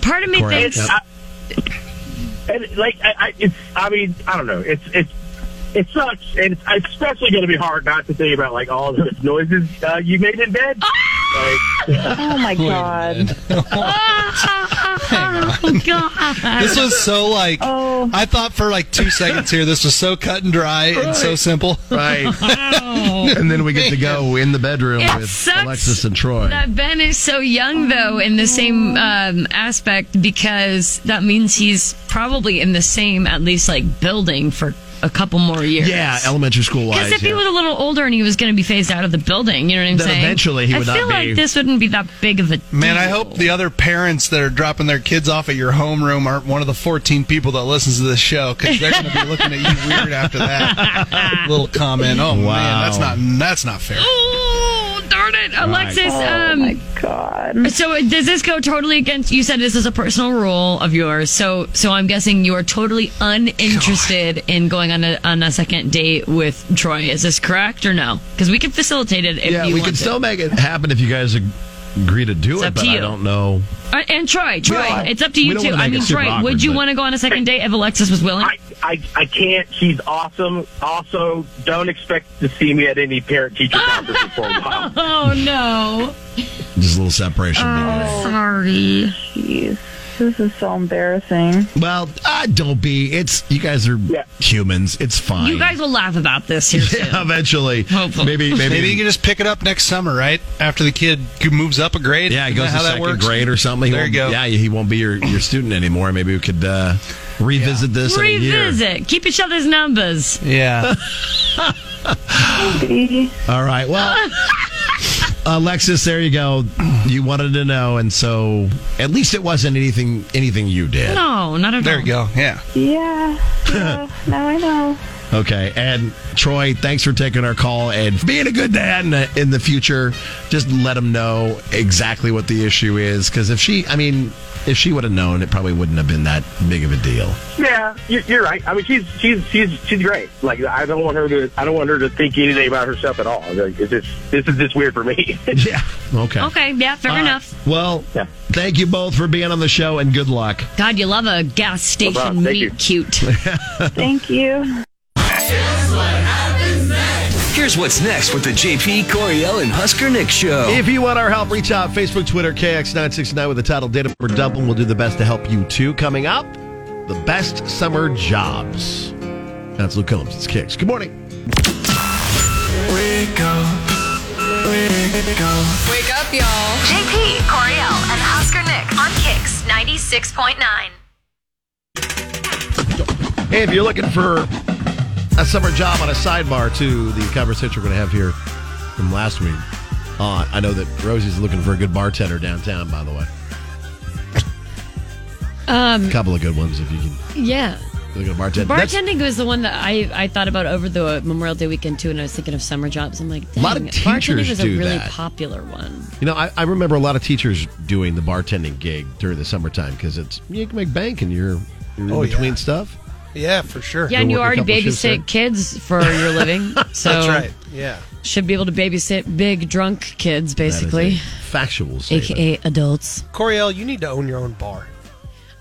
[SPEAKER 12] part of me
[SPEAKER 10] Correct.
[SPEAKER 12] thinks.
[SPEAKER 10] Yep.
[SPEAKER 16] And like, I, I, it's, I mean, I don't know. It's, it's, it sucks, and it's especially going to be hard not to think about like all the noises uh, you made in bed. Like,
[SPEAKER 15] Oh my God.
[SPEAKER 12] "Ah, Oh God!
[SPEAKER 11] This was so like
[SPEAKER 12] Oh.
[SPEAKER 11] I thought for like two seconds here. This was so cut and dry and so simple.
[SPEAKER 10] Right.
[SPEAKER 12] Wow.
[SPEAKER 10] and then we get to go in the bedroom
[SPEAKER 12] Oh, It
[SPEAKER 10] with
[SPEAKER 12] sucks
[SPEAKER 10] Alexis and Troy.
[SPEAKER 12] That Ben is so young, though, in the
[SPEAKER 10] Oh.
[SPEAKER 12] same um, aspect, because that means he's probably in the same, at least like building for a couple more years.
[SPEAKER 10] yeah, elementary school wise.
[SPEAKER 12] Because if he was a little older and he was going to be phased out of the building, you know what I'm
[SPEAKER 10] Then
[SPEAKER 12] saying?
[SPEAKER 10] eventually he would
[SPEAKER 12] I
[SPEAKER 10] not
[SPEAKER 12] feel
[SPEAKER 10] be-
[SPEAKER 12] like this wouldn't be that big of a
[SPEAKER 11] Man, I hope the other parents that are dropping their kids off at your homeroom aren't one of the 14 people that listens to this show because they're going to be looking at you weird after that little comment. Oh
[SPEAKER 10] Wow.
[SPEAKER 11] man, that's not that's not fair.
[SPEAKER 12] Oh, darn it, Alexis.
[SPEAKER 15] Oh
[SPEAKER 12] um,
[SPEAKER 15] my God.
[SPEAKER 12] So does this go totally against? You said this is a personal rule of yours, so so I'm guessing you are totally uninterested in going on a on a second date with Troy. Is this correct or no? Because we can facilitate it. If
[SPEAKER 10] yeah,
[SPEAKER 12] you
[SPEAKER 10] we
[SPEAKER 12] want
[SPEAKER 10] could
[SPEAKER 12] to.
[SPEAKER 10] still make it happen if you guys ag- agree to do
[SPEAKER 12] It's
[SPEAKER 10] it,
[SPEAKER 12] up
[SPEAKER 10] but
[SPEAKER 12] to
[SPEAKER 10] I
[SPEAKER 12] you.
[SPEAKER 10] don't know.
[SPEAKER 12] Uh, and Troy, Troy,
[SPEAKER 10] don't-
[SPEAKER 12] it's up to
[SPEAKER 10] we
[SPEAKER 12] you
[SPEAKER 10] don't
[SPEAKER 12] too.
[SPEAKER 10] wanna
[SPEAKER 12] I
[SPEAKER 10] make
[SPEAKER 12] mean,
[SPEAKER 10] it super
[SPEAKER 12] Troy, would
[SPEAKER 10] awkward,
[SPEAKER 12] you
[SPEAKER 10] but-
[SPEAKER 12] want to go on a second date if Alexis was willing?
[SPEAKER 16] I, I can't. She's awesome. Also, don't expect to see me at any parent teacher conferences for a while.
[SPEAKER 12] oh no!
[SPEAKER 10] Just a little separation.
[SPEAKER 12] Oh. Sorry.
[SPEAKER 15] Jeez. This is so embarrassing.
[SPEAKER 10] Well, uh, don't be. It's you guys are humans. It's fine.
[SPEAKER 12] You guys will laugh about this here soon.
[SPEAKER 10] yeah, eventually,
[SPEAKER 12] Hopefully.
[SPEAKER 10] maybe, maybe,
[SPEAKER 11] Maybe you can just pick it up next summer, right? After the kid moves up a grade.
[SPEAKER 10] yeah, he
[SPEAKER 11] Isn't that
[SPEAKER 10] goes to
[SPEAKER 11] how that
[SPEAKER 10] second
[SPEAKER 11] works?
[SPEAKER 10] grade or something. He
[SPEAKER 11] There you
[SPEAKER 10] won't-
[SPEAKER 11] go.
[SPEAKER 10] Yeah, he won't be your, your student anymore. Maybe we could uh, revisit this in a year.
[SPEAKER 12] Revisit. Keep each other's numbers.
[SPEAKER 11] Yeah.
[SPEAKER 10] All right. Well, Alexis, there you go. You wanted to know, and so at least it wasn't anything anything you did.
[SPEAKER 12] No, not at all.
[SPEAKER 11] There you go. Yeah.
[SPEAKER 15] Yeah. yeah now I know.
[SPEAKER 10] Okay. And Troy, thanks for taking our call and being a good dad in the, in the future. Just let them know exactly what the issue is. Because if she, I mean, if she would have known, it probably wouldn't have been that big of a deal.
[SPEAKER 16] Yeah, you- you're right. I mean, she's she's she's she's great. Like, I don't want her to I don't want her to think anything about herself at all. Like, it's just this is just weird for me.
[SPEAKER 10] yeah. Okay.
[SPEAKER 12] Okay, yeah, fair
[SPEAKER 10] All right.
[SPEAKER 12] enough.
[SPEAKER 10] Well, thank you both for being on the show and good luck.
[SPEAKER 12] God, you love a gas station
[SPEAKER 10] problem. Thank
[SPEAKER 12] meet cute.
[SPEAKER 18] Thank you.
[SPEAKER 2] Here's what's next with the JP Coriel and Husker Nick show.
[SPEAKER 10] If you want our help, reach out Facebook, Twitter, KX969 with the title Data or Dump, and we'll do the best to help you too. Coming up, the best summer jobs. That's Luke Combs. It's Kicks. Good morning.
[SPEAKER 2] Wake up. Wake up.
[SPEAKER 1] Wake up, y'all. JP, Coriel, and Husker Nick on Kicks 96.9.
[SPEAKER 10] Hey, if you're looking for a summer job on a sidebar to the conversation we're going to have here from last week, uh, I know that Rosie's looking for a good bartender downtown, by the way.
[SPEAKER 12] Um,
[SPEAKER 10] A couple of good ones if you can
[SPEAKER 12] yeah.
[SPEAKER 10] look at a bartender. That's-
[SPEAKER 12] Bartending was the one that I, I thought about over the Memorial Day weekend too, and I was thinking of summer jobs. I'm like,
[SPEAKER 10] A
[SPEAKER 12] dang,
[SPEAKER 10] lot of teachers
[SPEAKER 12] bartending was a
[SPEAKER 10] do
[SPEAKER 12] really
[SPEAKER 10] that.
[SPEAKER 12] popular one.
[SPEAKER 10] You know, I, I remember a lot of teachers doing the bartending gig during the summertime because it's you can make bank and you're, you're in
[SPEAKER 11] Oh, yeah.
[SPEAKER 10] between stuff.
[SPEAKER 11] Yeah, for sure.
[SPEAKER 12] Yeah, and you already babysit kids for your living, so
[SPEAKER 11] That's right. Yeah.
[SPEAKER 12] should be able to babysit big drunk kids, basically,
[SPEAKER 10] factual,
[SPEAKER 12] aka adults.
[SPEAKER 11] Coriel, you need to own your own bar.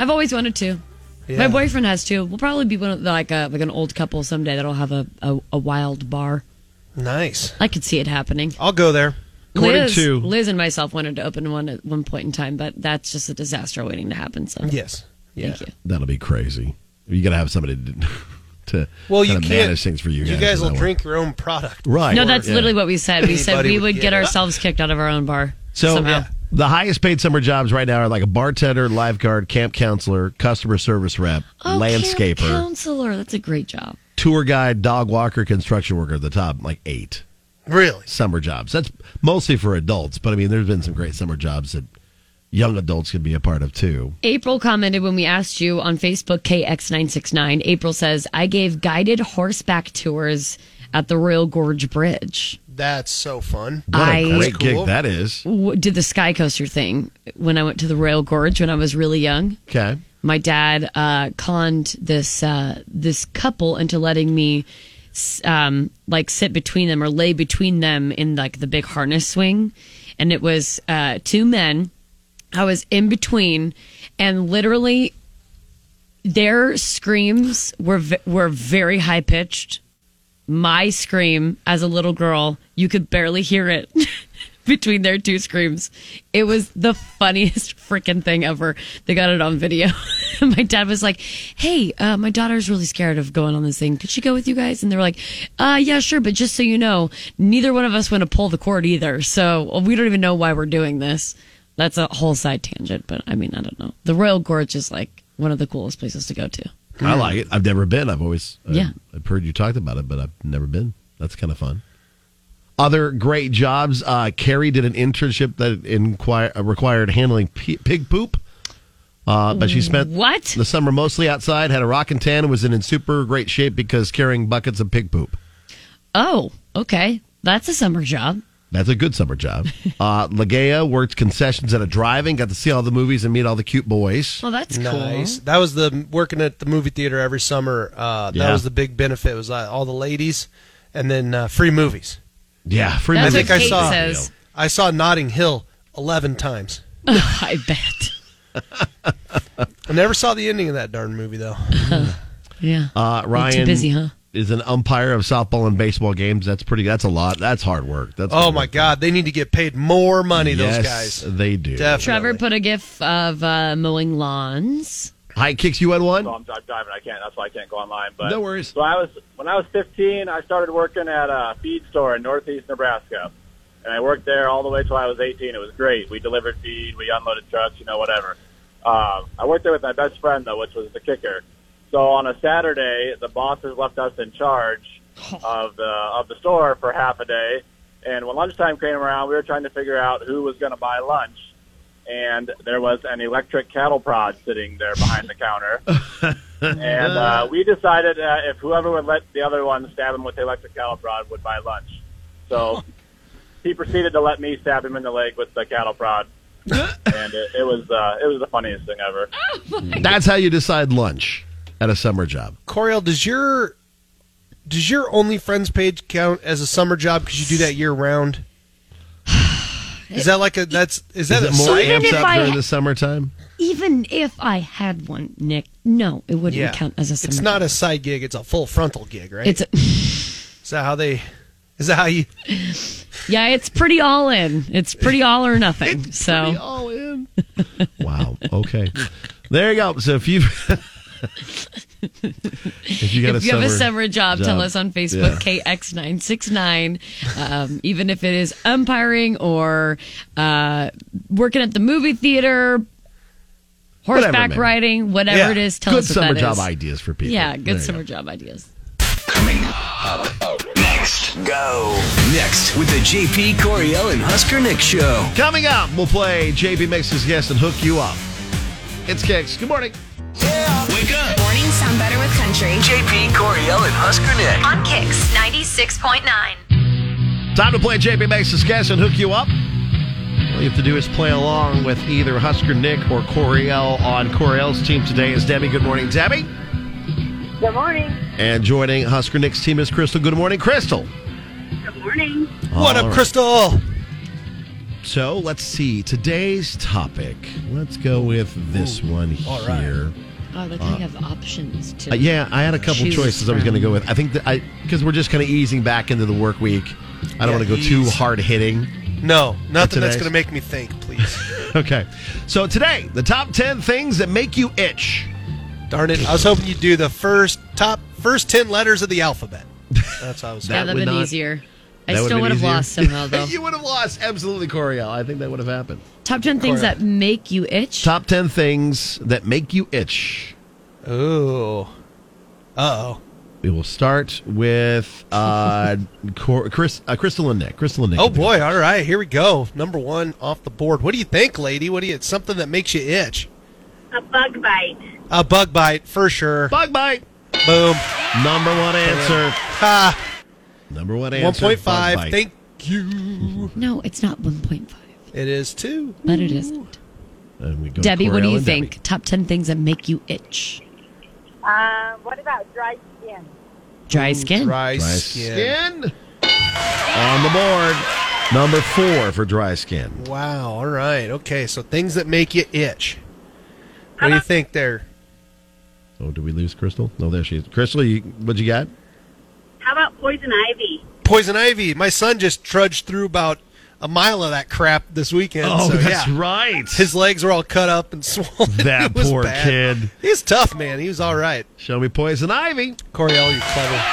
[SPEAKER 12] I've always wanted to.
[SPEAKER 11] Yeah.
[SPEAKER 12] My boyfriend has two. We'll probably be one of the, like a like an old couple someday that'll have a, a, a wild bar.
[SPEAKER 11] Nice.
[SPEAKER 12] I could see it happening.
[SPEAKER 11] I'll go there. According
[SPEAKER 12] Liz,
[SPEAKER 11] to-
[SPEAKER 12] Liz and myself wanted to open one at one point in time, but that's just a disaster waiting to happen. So
[SPEAKER 11] yes, yeah.
[SPEAKER 12] Thank you.
[SPEAKER 10] That'll be crazy. You got to have somebody to, to
[SPEAKER 11] Well, you
[SPEAKER 10] kinda
[SPEAKER 11] can't.
[SPEAKER 10] manage things for you.
[SPEAKER 11] You guys
[SPEAKER 10] guys, on
[SPEAKER 11] will
[SPEAKER 10] that one.
[SPEAKER 11] drink your own product.
[SPEAKER 10] right?
[SPEAKER 12] no, that's
[SPEAKER 10] Yeah.
[SPEAKER 12] literally what we said. We said
[SPEAKER 11] Anybody
[SPEAKER 12] we
[SPEAKER 11] would
[SPEAKER 12] would get
[SPEAKER 11] get it.
[SPEAKER 12] ourselves kicked out of our own bar.
[SPEAKER 10] So
[SPEAKER 12] somehow.
[SPEAKER 10] the highest paid summer jobs right now are like a bartender, lifeguard, camp counselor, customer service rep,
[SPEAKER 12] Oh, camp
[SPEAKER 10] landscaper,
[SPEAKER 12] counselor. That's a great job.
[SPEAKER 10] tour guide, dog walker, construction worker. The top like eight.
[SPEAKER 11] Really?
[SPEAKER 10] Summer jobs. That's mostly for adults, but I mean, there's been some great summer jobs that young adults can be a part of too.
[SPEAKER 12] April commented when we asked you on Facebook KX969. April says, I gave guided horseback tours at the Royal Gorge Bridge.
[SPEAKER 11] That's so fun.
[SPEAKER 12] What a I- great
[SPEAKER 10] gig that is.
[SPEAKER 12] W- Did the sky coaster thing when I went to the Royal Gorge when I was really young.
[SPEAKER 10] Okay.
[SPEAKER 12] My dad uh, conned this uh, this couple into letting me s- um, like sit between them or lay between them in like the big harness swing, and it was uh, two men. I was in between, and literally their screams were v- were very high pitched. My scream as a little girl, you could barely hear it between their two screams. It was the funniest freaking thing ever. They got it on video. my dad was like, "Hey, uh, my daughter's really scared of going on this thing. Could she go with you guys?" And they were like, "Uh, yeah, sure, but just so you know, neither one of us want to pull the cord either. So we don't even know why we're doing this." That's a whole side tangent, but I mean, I don't know. The Royal Gorge is like one of the coolest places to go to.
[SPEAKER 10] I like it. I've never been. I've always uh,
[SPEAKER 12] Hmm. Yeah.
[SPEAKER 10] I've heard you talked about it, but I've never been. That's kind of fun. Other great jobs. Uh, Carrie did an internship that inquire, uh, required handling p- pig poop, uh, but she spent
[SPEAKER 12] What?
[SPEAKER 10] the summer mostly outside. Had a rock and tan and was in, in super great shape because carrying buckets of pig poop.
[SPEAKER 12] Oh, okay. That's a summer job.
[SPEAKER 10] That's a good summer job. Uh, Legea worked concessions at a driving, got to see all the movies and meet all the cute boys.
[SPEAKER 12] Well, that's
[SPEAKER 11] nice. That was the working at the movie theater every summer. Uh, that
[SPEAKER 10] Yeah.
[SPEAKER 11] was the big benefit was uh, all the ladies, and then uh, free movies.
[SPEAKER 10] Yeah, free
[SPEAKER 11] I
[SPEAKER 10] movies.
[SPEAKER 11] think I saw.
[SPEAKER 12] says.
[SPEAKER 11] I saw Notting Hill eleven times.
[SPEAKER 12] I bet.
[SPEAKER 11] I never saw the ending of that darn movie though.
[SPEAKER 12] Yeah.
[SPEAKER 10] Uh,
[SPEAKER 11] You're
[SPEAKER 10] Ryan
[SPEAKER 11] too busy, huh?
[SPEAKER 10] is an umpire of softball and baseball games. That's pretty. That's a lot. That's hard work. That's
[SPEAKER 11] oh my God, they need to get paid more money.
[SPEAKER 10] Yes,
[SPEAKER 11] those guys.
[SPEAKER 10] They do.
[SPEAKER 11] Definitely.
[SPEAKER 12] Trevor put a gif of uh, mowing lawns.
[SPEAKER 10] Hi, kicks. You had one.
[SPEAKER 19] So I'm, I'm driving. I can't. That's why I can't go online. But
[SPEAKER 10] No worries.
[SPEAKER 19] So I was when I was 15, I started working at a feed store in Northeast Nebraska, and I worked there all the way till I was 18. It was great. We delivered feed. We unloaded trucks. You know, whatever. Um, I worked there with my best friend though, which was the kicker. So on a Saturday, the bosses left us in charge of the of the store for half a day. And when lunchtime came around, we were trying to figure out who was going to buy lunch. and there was an electric cattle prod sitting there behind the counter. And uh, we decided uh, if whoever would let the other one stab him with the electric cattle prod would buy lunch. So he proceeded to let me stab him in the leg with the cattle prod, and it, it was uh, it was the funniest thing ever.
[SPEAKER 10] That's how you decide lunch at a summer job.
[SPEAKER 11] Coriel, does your does your OnlyFriends page count as a summer job because you do that year round? Is that like a that's is that
[SPEAKER 10] Is
[SPEAKER 11] a
[SPEAKER 10] it more
[SPEAKER 11] site?
[SPEAKER 12] Even
[SPEAKER 10] amped
[SPEAKER 12] if
[SPEAKER 10] up
[SPEAKER 12] I-
[SPEAKER 10] during the summertime?
[SPEAKER 12] Even if I had one, Nick, no, it wouldn't
[SPEAKER 11] Yeah.
[SPEAKER 12] count as a summer
[SPEAKER 11] It's not a side gig; it's a full frontal gig, right?
[SPEAKER 12] It's a-
[SPEAKER 11] is that how they? Is that how you?
[SPEAKER 12] Yeah, it's pretty all in. It's pretty all or nothing. so
[SPEAKER 10] all in. Wow. Okay. there you go. So if you if you got
[SPEAKER 12] if
[SPEAKER 10] a
[SPEAKER 12] you
[SPEAKER 10] summer
[SPEAKER 12] have a summer job, tell us on Facebook,
[SPEAKER 10] Yeah.
[SPEAKER 12] KX969. Um, even if it is umpiring or uh, working at the movie theater, horseback
[SPEAKER 10] Whatever, man.
[SPEAKER 12] riding, whatever
[SPEAKER 10] Yeah.
[SPEAKER 12] it is, tell
[SPEAKER 10] Good
[SPEAKER 12] us what
[SPEAKER 10] summer
[SPEAKER 12] that
[SPEAKER 10] job
[SPEAKER 12] is.
[SPEAKER 10] ideas for people.
[SPEAKER 12] Yeah,
[SPEAKER 10] There
[SPEAKER 12] good
[SPEAKER 10] you
[SPEAKER 12] summer job ideas.
[SPEAKER 2] Next, go. Next with the JP Coriel and Husker Nick show.
[SPEAKER 10] Coming up, we'll play JB Mix's guest and hook you up. It's Kicks. Good morning.
[SPEAKER 2] Wake up.
[SPEAKER 1] Mornings sound better with country.
[SPEAKER 2] JP Coriel and Husker Nick.
[SPEAKER 1] On Kicks 96.9.
[SPEAKER 10] Time to play JB Mix's guest and hook you up. All you have to do is play along with either Husker Nick or Coriel on Coriel's team today is Debbie. Good morning, Debbie.
[SPEAKER 20] Good morning.
[SPEAKER 10] And joining Husker Nick's team is Crystal. Good morning, Crystal.
[SPEAKER 20] Good morning.
[SPEAKER 10] Oh,
[SPEAKER 11] What up, Crystal?
[SPEAKER 10] So let's see today's topic. Let's go with this one
[SPEAKER 12] all
[SPEAKER 10] here.
[SPEAKER 12] right. Oh, they kind of have options too.
[SPEAKER 10] Uh, yeah, I had a couple
[SPEAKER 12] choose
[SPEAKER 10] choices I was going to
[SPEAKER 12] from.
[SPEAKER 10] go with. I think that I because we're just kind of easing back into the work week. I
[SPEAKER 11] Yeah,
[SPEAKER 10] don't want to go too
[SPEAKER 11] ease.
[SPEAKER 10] hard hitting.
[SPEAKER 11] No, nothing that's going to
[SPEAKER 10] to
[SPEAKER 11] make me think. Please.
[SPEAKER 10] Okay, so today the top ten things that make you itch.
[SPEAKER 11] Darn it! I was hoping you'd do the first top first ten letters of the alphabet. That's how I was.
[SPEAKER 12] yeah, that'd
[SPEAKER 10] would
[SPEAKER 12] been
[SPEAKER 10] not-
[SPEAKER 12] easier.
[SPEAKER 10] that
[SPEAKER 12] I
[SPEAKER 10] would've
[SPEAKER 12] still
[SPEAKER 10] been
[SPEAKER 12] would have
[SPEAKER 10] easier.
[SPEAKER 12] lost somehow though.
[SPEAKER 10] you would have lost absolutely, Coriel. I think that would have happened.
[SPEAKER 12] Top ten things
[SPEAKER 10] Coriel.
[SPEAKER 12] that make you itch.
[SPEAKER 10] Top ten things that make you itch.
[SPEAKER 11] Ooh. Uh oh.
[SPEAKER 10] We will start with uh, Cor- Chris, uh, Crystal and Nick. Crystal and Nick.
[SPEAKER 11] Oh boy! All right, here we go. Number one off the board. What do you think, lady? What do you? It's something that makes you itch.
[SPEAKER 20] A bug bite.
[SPEAKER 11] A bug bite for sure.
[SPEAKER 10] Bug bite.
[SPEAKER 11] Boom.
[SPEAKER 10] Number one answer.
[SPEAKER 11] Ha.
[SPEAKER 10] Number one
[SPEAKER 11] One
[SPEAKER 10] answer.
[SPEAKER 11] point five.
[SPEAKER 10] bug bite.
[SPEAKER 11] Thank you.
[SPEAKER 12] No, it's not one point five,
[SPEAKER 11] It is two.
[SPEAKER 12] but it isn't.
[SPEAKER 10] And we go
[SPEAKER 12] Debbie, what do
[SPEAKER 10] Coriel
[SPEAKER 12] you
[SPEAKER 10] and Debbie.
[SPEAKER 12] think? Top 10 things that make you itch.
[SPEAKER 20] Uh, what about dry skin?
[SPEAKER 12] Dry skin.
[SPEAKER 11] Dry,
[SPEAKER 10] Dry
[SPEAKER 11] skin.
[SPEAKER 10] On the board, number four for dry skin.
[SPEAKER 11] Wow. All right. Okay. So things that make you itch. What
[SPEAKER 10] Uh-huh.
[SPEAKER 11] do you think there?
[SPEAKER 10] Oh, did we lose Crystal? No, there she is. Crystal, you, what you got?
[SPEAKER 20] How about poison ivy?
[SPEAKER 11] Poison ivy. My son just trudged through about a mile of that crap this weekend. so, yeah.
[SPEAKER 10] Oh, right.
[SPEAKER 11] His legs were all cut up and swollen.
[SPEAKER 10] That
[SPEAKER 11] It was
[SPEAKER 10] poor
[SPEAKER 11] bad.
[SPEAKER 10] kid.
[SPEAKER 11] He's tough, man. He was all right.
[SPEAKER 10] Show me poison ivy.
[SPEAKER 11] Coriel, you're clever.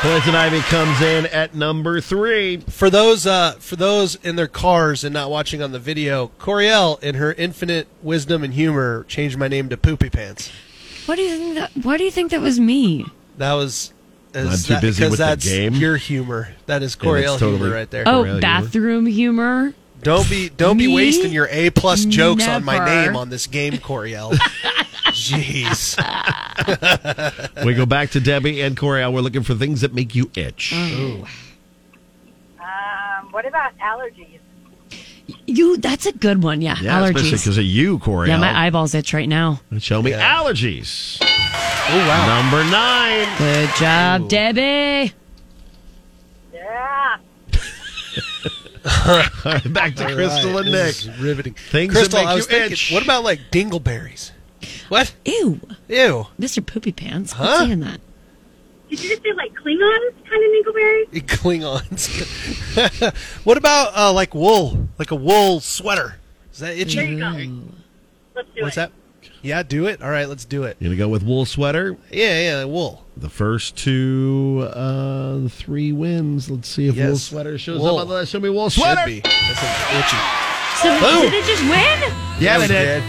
[SPEAKER 10] Poison ivy comes in at number three.
[SPEAKER 11] For those uh, for those in their cars and not watching on the video, Coriel, in her infinite wisdom and humor, changed my name to Poopy Pants.
[SPEAKER 12] What do you think that why do you think that was me?
[SPEAKER 11] That was. is
[SPEAKER 10] I'm too
[SPEAKER 11] that-
[SPEAKER 10] busy
[SPEAKER 11] because
[SPEAKER 10] with the
[SPEAKER 11] that's
[SPEAKER 10] game.
[SPEAKER 11] Your humor. That is
[SPEAKER 10] And it's
[SPEAKER 11] Coriel
[SPEAKER 10] totally
[SPEAKER 11] humor right there.
[SPEAKER 12] Oh, bathroom humor.
[SPEAKER 11] Don't be don't be
[SPEAKER 12] Me?
[SPEAKER 11] wasting your A plus jokes on my
[SPEAKER 12] Never.
[SPEAKER 11] name on this game, Coriel. Jeez.
[SPEAKER 10] we go back to Debbie and Coriel. We're looking for things that make you itch.
[SPEAKER 12] Mm.
[SPEAKER 20] Um, what about allergies?
[SPEAKER 12] You that's a good one. Yeah,
[SPEAKER 10] Yeah, especially
[SPEAKER 12] allergies.
[SPEAKER 10] because of you, Coriel.
[SPEAKER 12] Yeah, my eyeballs itch right now.
[SPEAKER 10] Show me
[SPEAKER 11] Yeah.
[SPEAKER 10] allergies.
[SPEAKER 11] Oh wow.
[SPEAKER 10] Number nine.
[SPEAKER 12] Good job, Debbie.
[SPEAKER 20] Yeah.
[SPEAKER 10] All right, back to
[SPEAKER 11] All
[SPEAKER 10] Crystal
[SPEAKER 11] right,
[SPEAKER 10] and Nick.
[SPEAKER 11] this is riveting.
[SPEAKER 10] Things
[SPEAKER 11] Crystal,
[SPEAKER 10] that make
[SPEAKER 11] I was
[SPEAKER 10] you
[SPEAKER 11] thinking,
[SPEAKER 10] itch.
[SPEAKER 11] what about like dingleberries? What?
[SPEAKER 12] Ew.
[SPEAKER 11] Ew.
[SPEAKER 12] Mr. Poopy Pants. Quit
[SPEAKER 11] Huh?
[SPEAKER 12] saying that.
[SPEAKER 20] Did you just say like Klingons kind of dingleberry?
[SPEAKER 11] Klingons. what about uh, like wool? Like a wool sweater? Is that itchy?
[SPEAKER 20] There you go. Let's do
[SPEAKER 11] What's
[SPEAKER 20] it.
[SPEAKER 11] that? Yeah, do it. All right, let's do it.
[SPEAKER 10] You're going to go with wool sweater.
[SPEAKER 11] Yeah, yeah, wool.
[SPEAKER 10] The first two, uh, three wins. Let's see if
[SPEAKER 11] Yes.
[SPEAKER 10] wool sweater shows
[SPEAKER 11] Wool.
[SPEAKER 10] up on the list. Show me wool
[SPEAKER 11] Should
[SPEAKER 10] sweater.
[SPEAKER 11] be. That's itchy.
[SPEAKER 12] So
[SPEAKER 11] Boom.
[SPEAKER 12] did it just win?
[SPEAKER 10] Yeah, we
[SPEAKER 11] we
[SPEAKER 10] did.
[SPEAKER 11] did.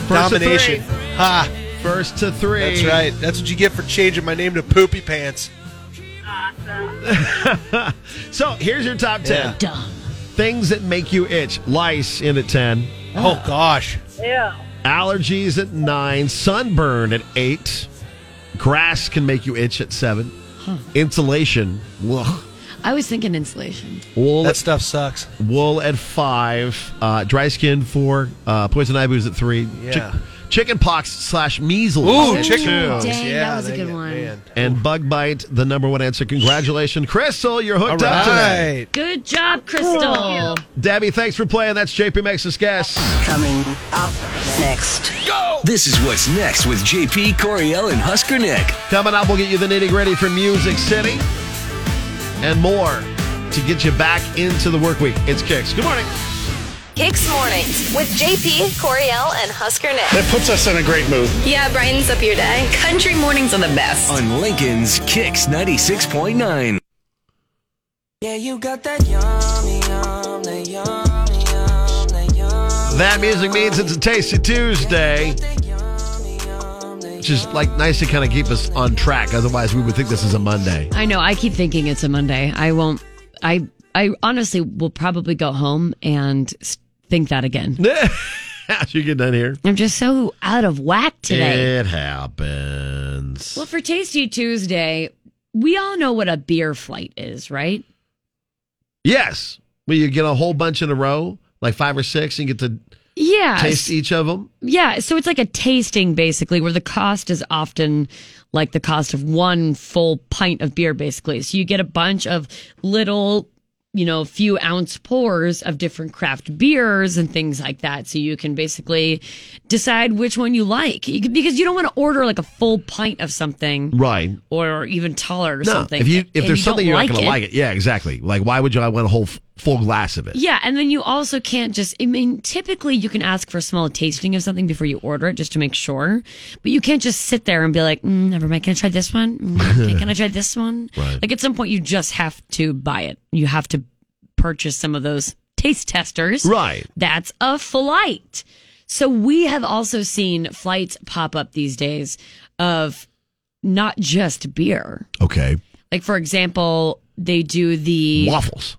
[SPEAKER 10] First to
[SPEAKER 11] Domination.
[SPEAKER 10] three.
[SPEAKER 11] Ha.
[SPEAKER 10] First to three.
[SPEAKER 11] That's right. That's what you get for changing my name to Poopy Pants.
[SPEAKER 10] So here's your top ten
[SPEAKER 11] Yeah.
[SPEAKER 12] Dumb.
[SPEAKER 10] things that make you itch. Lice in at ten.
[SPEAKER 11] Oh gosh.
[SPEAKER 20] Yeah.
[SPEAKER 10] Allergies at nine, sunburn at eight, grass can make you itch at seven, insulation, ugh,
[SPEAKER 12] I was thinking insulation.
[SPEAKER 10] wool. That
[SPEAKER 11] stuff sucks.
[SPEAKER 10] Wool at five, uh, dry skin four, uh, poison ibu's at three.
[SPEAKER 11] Yeah.
[SPEAKER 10] chicken pox slash measles.
[SPEAKER 11] Ooh,
[SPEAKER 10] at
[SPEAKER 11] chicken pox.
[SPEAKER 10] two.
[SPEAKER 11] Dang, that Yeah, was a they good get- one. man.
[SPEAKER 10] And bug bite, the number one answer. Congratulations, Crystal, you're hooked
[SPEAKER 11] All
[SPEAKER 10] up today.
[SPEAKER 11] right.
[SPEAKER 12] Good job, Crystal.
[SPEAKER 10] Debbie, thanks for playing. That's JP Max's guess. Coming up next. Go!
[SPEAKER 2] This is what's next with JP Coriel and Husker Nick.
[SPEAKER 10] Coming up, we'll get you the nitty gritty from Music City and more to get you back into the work week. It's Kicks. Good morning.
[SPEAKER 1] Kicks Mornings with JP, Coriel, and Husker Nick.
[SPEAKER 2] It puts us in a great mood.
[SPEAKER 1] Yeah, brightens up your day. Country mornings are the best.
[SPEAKER 2] On Lincoln's Kicks 96.9.
[SPEAKER 21] Yeah, you got that yummy, yum, that yummy, yum, that yum.
[SPEAKER 10] That music means it's a Tasty Tuesday, which is like nice to kind of keep us on track. Otherwise, we would think this is a Monday.
[SPEAKER 12] I know. I keep thinking it's a Monday. I won't. I I honestly will probably go home and s- think that again.
[SPEAKER 10] As you get done here,
[SPEAKER 12] I'm just so out of whack today.
[SPEAKER 10] it happens.
[SPEAKER 12] Well, for Tasty Tuesday, we all know what a beer flight is, right?
[SPEAKER 10] Yes, well, you get a whole bunch in a row, like five or six, and you get to
[SPEAKER 12] Yeah.
[SPEAKER 10] taste each of them.
[SPEAKER 12] Yeah, so it's like a tasting basically, where the cost is often like the cost of one full pint of beer, basically. So you get a bunch of little, you know, few ounce pours of different craft beers and things like that. So you can basically decide which one you like You can- because you don't want to order like a full pint of something,
[SPEAKER 10] Right.
[SPEAKER 12] Or even taller or something.
[SPEAKER 10] If you
[SPEAKER 12] and
[SPEAKER 10] if there's
[SPEAKER 12] don't
[SPEAKER 10] something you're not going to like it, yeah, exactly. Like why would you? I want a whole f- full glass of it.
[SPEAKER 12] Yeah, and then you also can't just. I mean, typically you can ask for a small tasting of something before you order it, just to make sure. But you can't just sit there and be like, mm, "Never mind, can I try this one? Mm, okay, can I try this one?"
[SPEAKER 10] Right.
[SPEAKER 12] Like at some point, you just have to buy it. You have to purchase some of those taste testers.
[SPEAKER 10] Right.
[SPEAKER 12] That's a flight. So we have also seen flights pop up these days of not just beer.
[SPEAKER 10] Okay.
[SPEAKER 12] Like for example, they do the
[SPEAKER 10] Waffles.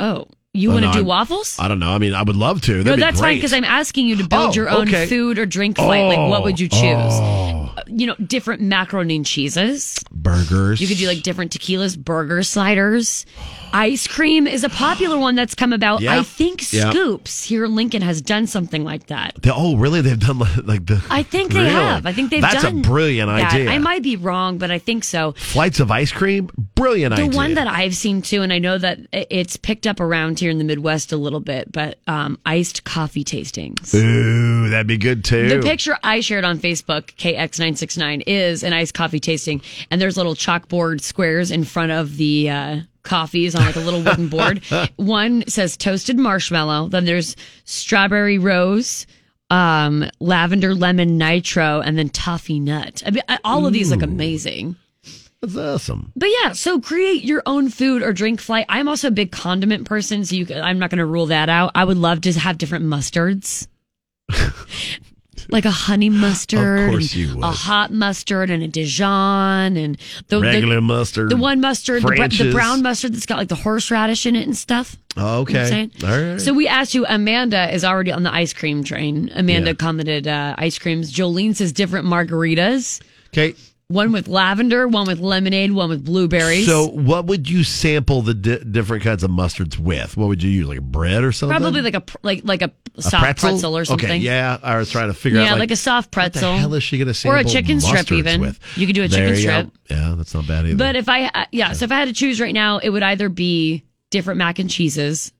[SPEAKER 12] Oh, you
[SPEAKER 10] Oh,
[SPEAKER 12] want to
[SPEAKER 10] no,
[SPEAKER 12] do
[SPEAKER 10] I'm-
[SPEAKER 12] waffles?
[SPEAKER 10] I don't know. I mean, I would love to. That'd
[SPEAKER 12] no,
[SPEAKER 10] be
[SPEAKER 12] that's fine
[SPEAKER 10] great.
[SPEAKER 12] because I'm asking you to build
[SPEAKER 10] Oh,
[SPEAKER 12] your own
[SPEAKER 10] okay.
[SPEAKER 12] food or drink flight. like, what would you choose?
[SPEAKER 10] Oh.
[SPEAKER 12] Uh, You know, different macaroni and cheeses.
[SPEAKER 10] burgers.
[SPEAKER 12] You could do like different tequilas, burger sliders. Ice cream is a popular one that's come about.
[SPEAKER 10] Yeah.
[SPEAKER 12] I think
[SPEAKER 10] Yeah.
[SPEAKER 12] Scoops here in Lincoln has done something like that.
[SPEAKER 10] They- oh, really? They've done like like the.
[SPEAKER 12] I think they
[SPEAKER 10] Really?
[SPEAKER 12] have. I think they've
[SPEAKER 10] That's a
[SPEAKER 12] done
[SPEAKER 10] brilliant
[SPEAKER 12] that.
[SPEAKER 10] idea.
[SPEAKER 12] I might be wrong, but I think so.
[SPEAKER 10] flights of ice cream. Brilliant
[SPEAKER 12] the
[SPEAKER 10] idea.
[SPEAKER 12] one that I've seen too, and I know that i- it's picked up around here in the Midwest a little bit, but um, iced coffee tastings.
[SPEAKER 10] Ooh, that'd be good too.
[SPEAKER 12] The picture I shared on Facebook, KX969, is an iced coffee tasting, and there's little chalkboard squares in front of the uh, coffees on like a little wooden board. One says toasted marshmallow, then there's strawberry rose, um, lavender lemon nitro, and then toffee nut. I mean, I- all of these look
[SPEAKER 10] Ooh.
[SPEAKER 12] amazing.
[SPEAKER 10] That's awesome.
[SPEAKER 12] But yeah, so create your own food or drink flight. I'm also a big condiment person, so you, c- I'm not going to rule that out. I would love to have different mustards. like a honey mustard,
[SPEAKER 10] course
[SPEAKER 12] and
[SPEAKER 10] you would.
[SPEAKER 12] a hot mustard, and a Dijon, and the
[SPEAKER 10] Regular
[SPEAKER 12] the,
[SPEAKER 10] mustard,
[SPEAKER 12] the one mustard, the, br- the
[SPEAKER 10] French's.
[SPEAKER 12] brown mustard that's got like the horseradish in it and stuff.
[SPEAKER 10] Oh,
[SPEAKER 12] You know what I'm
[SPEAKER 10] okay.
[SPEAKER 12] saying?
[SPEAKER 10] All right.
[SPEAKER 12] So we asked you. Amanda is already on the ice cream train. Amanda commented uh, ice creams. Jolene says different margaritas.
[SPEAKER 10] Okay.
[SPEAKER 12] One with lavender, one with lemonade, one with blueberries.
[SPEAKER 10] So, what would you sample the di- different kinds of mustards with? What would you use, like bread or something?
[SPEAKER 12] probably like a pr- like like a soft pretzel? or something.
[SPEAKER 10] Okay, yeah, I was trying to figure
[SPEAKER 12] yeah,
[SPEAKER 10] out.
[SPEAKER 12] like, a soft pretzel.
[SPEAKER 10] What the hell is she going to
[SPEAKER 12] or
[SPEAKER 10] sample
[SPEAKER 12] a chicken strip?
[SPEAKER 10] mustards
[SPEAKER 12] Even
[SPEAKER 10] with?
[SPEAKER 12] you could do a chicken
[SPEAKER 10] There you
[SPEAKER 12] strip.
[SPEAKER 10] go. Yeah, that's not bad either.
[SPEAKER 12] But if I, uh, yeah, so if I had to choose right now, it would either be different mac and cheeses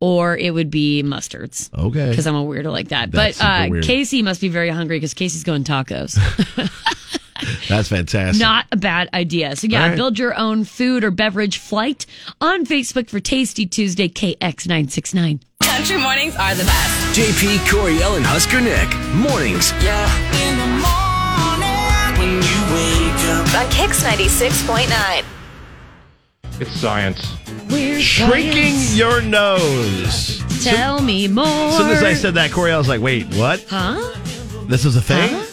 [SPEAKER 12] or it would be mustards.
[SPEAKER 10] Okay.
[SPEAKER 12] Because I'm a weirdo like that.
[SPEAKER 10] That's
[SPEAKER 12] but uh,
[SPEAKER 10] super weird.
[SPEAKER 12] Casey must be very hungry because Casey's going tacos.
[SPEAKER 10] that's fantastic.
[SPEAKER 12] Not a bad idea. So, yeah,
[SPEAKER 10] All right.
[SPEAKER 12] build your own food or beverage flight on Facebook for Tasty Tuesday KX969.
[SPEAKER 1] Country mornings are the best.
[SPEAKER 2] JP Coriel and Husker Nick. Mornings.
[SPEAKER 1] Yeah, in the morning when you wake up. On Kicks 96.9.
[SPEAKER 7] It's science.
[SPEAKER 12] We're
[SPEAKER 10] Shrinking your nose.
[SPEAKER 12] Tell me more.
[SPEAKER 10] As soon as I said that, Corey, I was like, "Wait, what?
[SPEAKER 12] Huh?
[SPEAKER 10] This is a thing?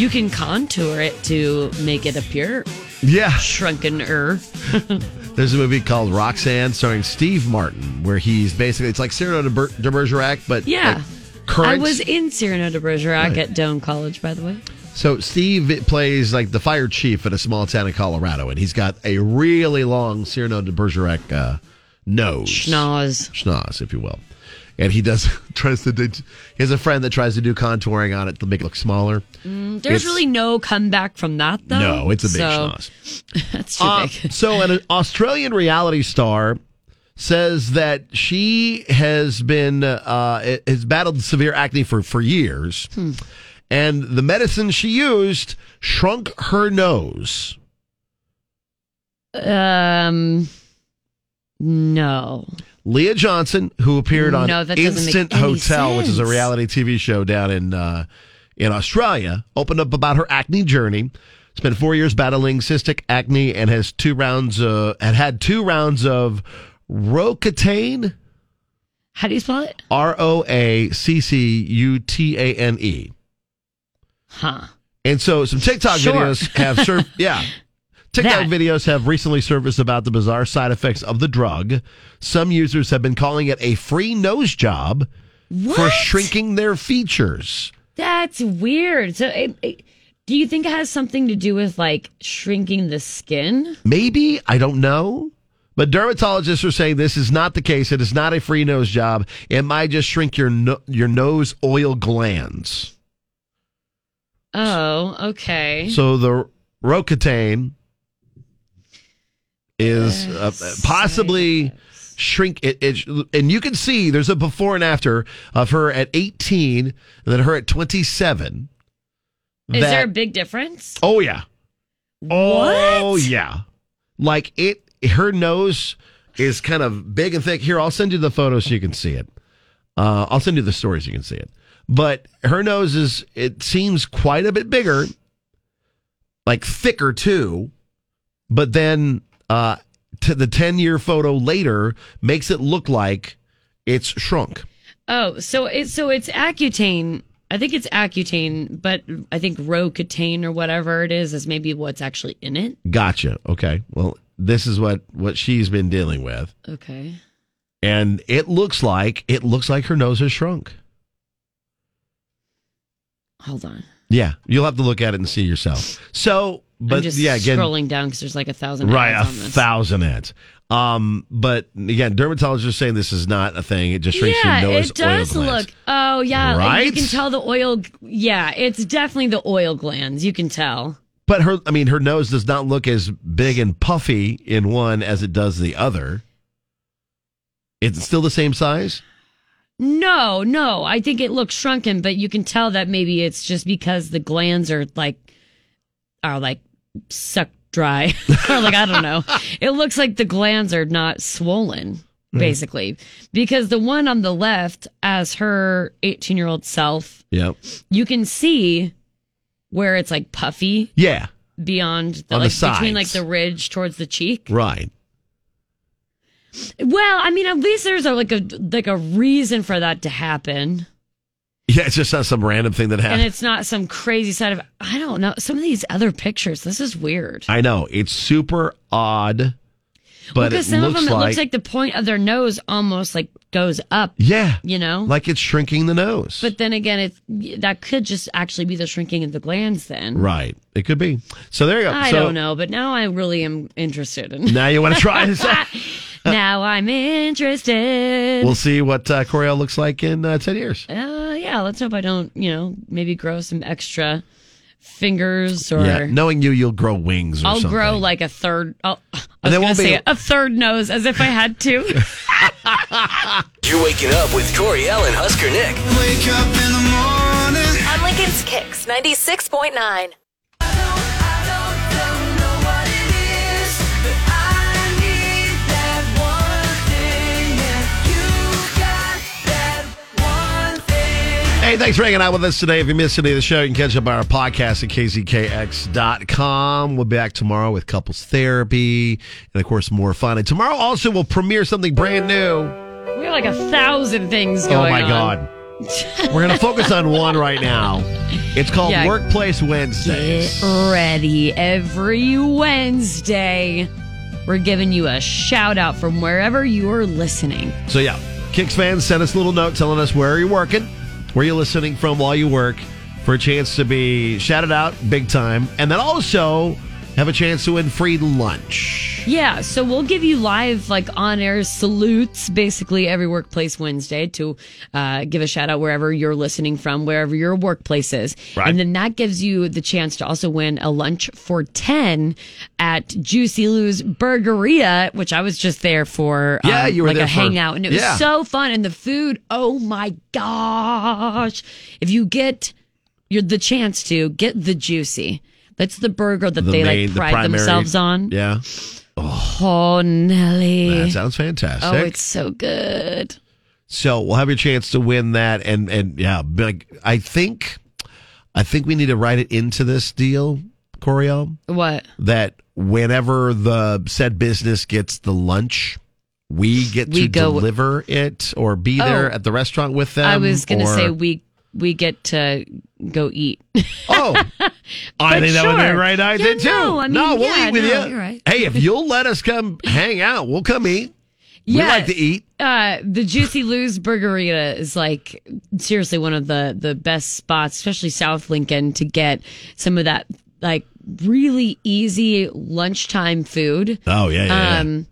[SPEAKER 12] You can contour it to make it appear
[SPEAKER 10] yeah
[SPEAKER 12] shrunken er.
[SPEAKER 10] There's a movie called Roxanne starring Steve Martin where he's basically it's like Cyrano de, Ber- de Bergerac, but
[SPEAKER 12] Yeah.
[SPEAKER 10] like, current.
[SPEAKER 12] I was in Cyrano de Bergerac
[SPEAKER 10] Right.
[SPEAKER 12] at Doane College, by the way.
[SPEAKER 10] so Steve plays like the fire chief at a small town in Colorado, and he's got a really long Cyrano de Bergerac uh, nose,
[SPEAKER 12] schnoz,
[SPEAKER 10] schnoz, if you will. And he does tries to do. He has a friend that tries to do contouring on it to make it look smaller.
[SPEAKER 12] Mm, there's
[SPEAKER 10] It's-
[SPEAKER 12] really no comeback from that, though.
[SPEAKER 10] No, it's a big
[SPEAKER 12] so, That's too
[SPEAKER 10] Uh,
[SPEAKER 12] big.
[SPEAKER 10] so, an Australian reality star says that she has been uh, has battled severe acne for for years,
[SPEAKER 12] Hmm.
[SPEAKER 10] and the medicine she used shrunk her nose.
[SPEAKER 12] Um, no.
[SPEAKER 10] Leah Johnson, who appeared on
[SPEAKER 12] No, that doesn't make
[SPEAKER 10] Instant
[SPEAKER 12] any
[SPEAKER 10] Hotel, which is a
[SPEAKER 12] sense.
[SPEAKER 10] reality TV show down in uh, in Australia, opened up about her acne journey. Spent four years battling cystic acne and has two rounds uh, had had two rounds of Roaccutane.
[SPEAKER 12] How do you spell it?
[SPEAKER 10] R O A C C U T A N E.
[SPEAKER 12] Huh.
[SPEAKER 10] And so some TikTok
[SPEAKER 12] Sure.
[SPEAKER 10] videos have served. yeah. TikTok videos have recently surfaced about the bizarre side effects of the drug. Some users have been calling it a free nose job for
[SPEAKER 12] What?
[SPEAKER 10] shrinking their features.
[SPEAKER 12] That's weird. So, it, it- do you think it has something to do with like shrinking the skin?
[SPEAKER 10] Maybe, I don't know. But dermatologists are saying this is not the case. It is not a free nose job. It might just shrink your no- your nose oil glands.
[SPEAKER 12] Oh, okay.
[SPEAKER 10] So the Roaccutane is uh, possibly shrink it, it and you can see there's a before and after of her at 18 and then her at 27
[SPEAKER 12] Is
[SPEAKER 10] that-
[SPEAKER 12] there a big difference?
[SPEAKER 10] oh yeah oh yeah like it her nose is kind of big and thick here i'll send you the photo so you can see it uh, i'll send you the story so you can see it but her nose is it seems quite a bit bigger like thicker too but then uh to the 10 year photo later makes it look like it's shrunk
[SPEAKER 12] Oh, so it so it's Accutane. I think it's Accutane, but I think Roaccutane or whatever it is is maybe what's actually in it.
[SPEAKER 10] gotcha okay well this is what what she's been dealing with
[SPEAKER 12] Okay.
[SPEAKER 10] and it looks like it looks like her nose has shrunk
[SPEAKER 12] Hold on.
[SPEAKER 10] yeah you'll have to look at it and see yourself so but
[SPEAKER 12] I'm just
[SPEAKER 10] yeah again
[SPEAKER 12] scrolling down because there's like a thousand
[SPEAKER 10] right
[SPEAKER 12] ads
[SPEAKER 10] a
[SPEAKER 12] on this.
[SPEAKER 10] thousand ads um but again dermatologists are saying this is not a thing it just shrinks
[SPEAKER 12] yeah,
[SPEAKER 10] your nose
[SPEAKER 12] it does
[SPEAKER 10] oil glands.
[SPEAKER 12] look. Oh yeah, like,
[SPEAKER 10] Right?
[SPEAKER 12] you can tell the oil. Yeah, it's definitely the oil glands. You can tell.
[SPEAKER 10] But her, I mean, her nose does not look as big and puffy in one as it does the other. It's still the same size.
[SPEAKER 12] No, no, I think it looks shrunken, but you can tell that maybe it's just because the glands are like are like sucked dry, or like I don't know. It looks like the glands are not swollen,
[SPEAKER 10] Hmm.
[SPEAKER 22] Mm.
[SPEAKER 12] basically, because the one on the left, as her eighteen-year-old self,
[SPEAKER 10] Yep.
[SPEAKER 12] you can see where it's like puffy
[SPEAKER 10] Yeah.
[SPEAKER 12] beyond the,
[SPEAKER 10] On the
[SPEAKER 12] like between like
[SPEAKER 10] sides.
[SPEAKER 12] the ridge towards the cheek.
[SPEAKER 10] Right.
[SPEAKER 12] Well, I mean, at least there's a, like a like a reason for that to happen.
[SPEAKER 10] Yeah. It's just not some random thing that
[SPEAKER 12] and
[SPEAKER 10] happened.
[SPEAKER 12] it's not some crazy side of I don't know some of these other pictures. This is weird.
[SPEAKER 10] I know it's super odd, but
[SPEAKER 12] because
[SPEAKER 10] it
[SPEAKER 12] some
[SPEAKER 10] looks
[SPEAKER 12] of them
[SPEAKER 10] like,
[SPEAKER 12] it looks like the point of their nose almost like goes up.
[SPEAKER 10] yeah,
[SPEAKER 12] you know.
[SPEAKER 10] like it's shrinking the nose.
[SPEAKER 12] but then again, it's that could just actually be the shrinking of the glands. Then
[SPEAKER 10] Right. It could be. So there you go.
[SPEAKER 12] I
[SPEAKER 10] so
[SPEAKER 12] don't know, but now I really am interested in.
[SPEAKER 10] Now you wanna try this out?
[SPEAKER 12] now I'm interested.
[SPEAKER 10] We'll see what uh, Coriel looks like in uh, ten years.
[SPEAKER 12] Uh, yeah, let's hope I don't, you know, maybe grow some extra fingers or
[SPEAKER 10] yeah. Knowing you, you'll grow wings or
[SPEAKER 12] I'll
[SPEAKER 10] something.
[SPEAKER 12] grow like a third. I'll, I
[SPEAKER 10] And
[SPEAKER 12] was
[SPEAKER 10] there
[SPEAKER 12] going to
[SPEAKER 10] won't be
[SPEAKER 12] say
[SPEAKER 10] a-
[SPEAKER 12] a third nose, as if I had to.
[SPEAKER 2] You're waking up with Corey Allen Husker Nick.
[SPEAKER 1] Wake up in the morning. On Lincoln's Kicks 96.9.
[SPEAKER 10] Hey, thanks for hanging out with us today. If you missed any of the show, you can catch up on our podcast at kzkx.com. We'll be back tomorrow with couples therapy and, of course, more fun. And
[SPEAKER 12] Oh
[SPEAKER 10] tomorrow also we'll premiere something brand new.
[SPEAKER 12] we have like a thousand things going
[SPEAKER 10] oh,
[SPEAKER 12] on.
[SPEAKER 10] my God. We're going to focus on one right now. It's called
[SPEAKER 12] Yeah.
[SPEAKER 10] Workplace Wednesdays.
[SPEAKER 12] Get ready every Wednesday. We're giving you a shout out from wherever you're listening.
[SPEAKER 10] So yeah, Kicks fans sent us a little note telling us where you're working, where you're listening from while you work, for a chance to be shouted out big time, and then also have a chance to win free lunch.
[SPEAKER 12] Yeah, so we'll give you live, like on air salutes basically every workplace Wednesday to uh, give a shout out wherever you're listening from, wherever your workplace is.
[SPEAKER 22] Right.
[SPEAKER 12] And then that gives you the chance to also win a lunch for 10 at Juicy Lou's Burgeria, which I was just there for. um,
[SPEAKER 22] Yeah, you were
[SPEAKER 12] like
[SPEAKER 22] there
[SPEAKER 12] a
[SPEAKER 22] for-
[SPEAKER 12] hangout, and it
[SPEAKER 22] yeah.
[SPEAKER 12] was so fun. And the food, oh my gosh. If you get you're the chance to get the Juicy, that's the burger that they
[SPEAKER 10] main-
[SPEAKER 12] like pride
[SPEAKER 10] primary-
[SPEAKER 12] themselves on.
[SPEAKER 10] Yeah.
[SPEAKER 12] Oh, Nelly.
[SPEAKER 10] That sounds fantastic.
[SPEAKER 12] Oh, it's so good.
[SPEAKER 10] So we'll have your chance to win that, and and yeah, be like I think, I think we need to write it into this deal, Coriel,
[SPEAKER 12] What?
[SPEAKER 10] that whenever the said business gets the lunch, we get
[SPEAKER 12] We
[SPEAKER 10] to
[SPEAKER 12] go-
[SPEAKER 10] deliver it or be
[SPEAKER 12] Oh.
[SPEAKER 10] there at the restaurant with them.
[SPEAKER 12] I was gonna
[SPEAKER 10] Um, or-
[SPEAKER 12] say we we get to go eat.
[SPEAKER 10] Oh, I
[SPEAKER 12] But
[SPEAKER 10] think that would be
[SPEAKER 12] sure.
[SPEAKER 10] a great idea
[SPEAKER 12] Yeah,
[SPEAKER 10] too.
[SPEAKER 12] no, I mean,
[SPEAKER 10] we'll
[SPEAKER 12] yeah,
[SPEAKER 10] eat with
[SPEAKER 12] no,
[SPEAKER 10] you.
[SPEAKER 12] you're right.
[SPEAKER 10] Hey, if you'll let us come hang out, we'll come eat.
[SPEAKER 12] Yeah.
[SPEAKER 10] We like to eat.
[SPEAKER 12] Uh, the Juicy Lou's Burgerita is like seriously one of the the best spots, especially South Lincoln, to get some of that like really easy lunchtime food.
[SPEAKER 10] Oh, yeah, yeah, yeah.
[SPEAKER 12] Um,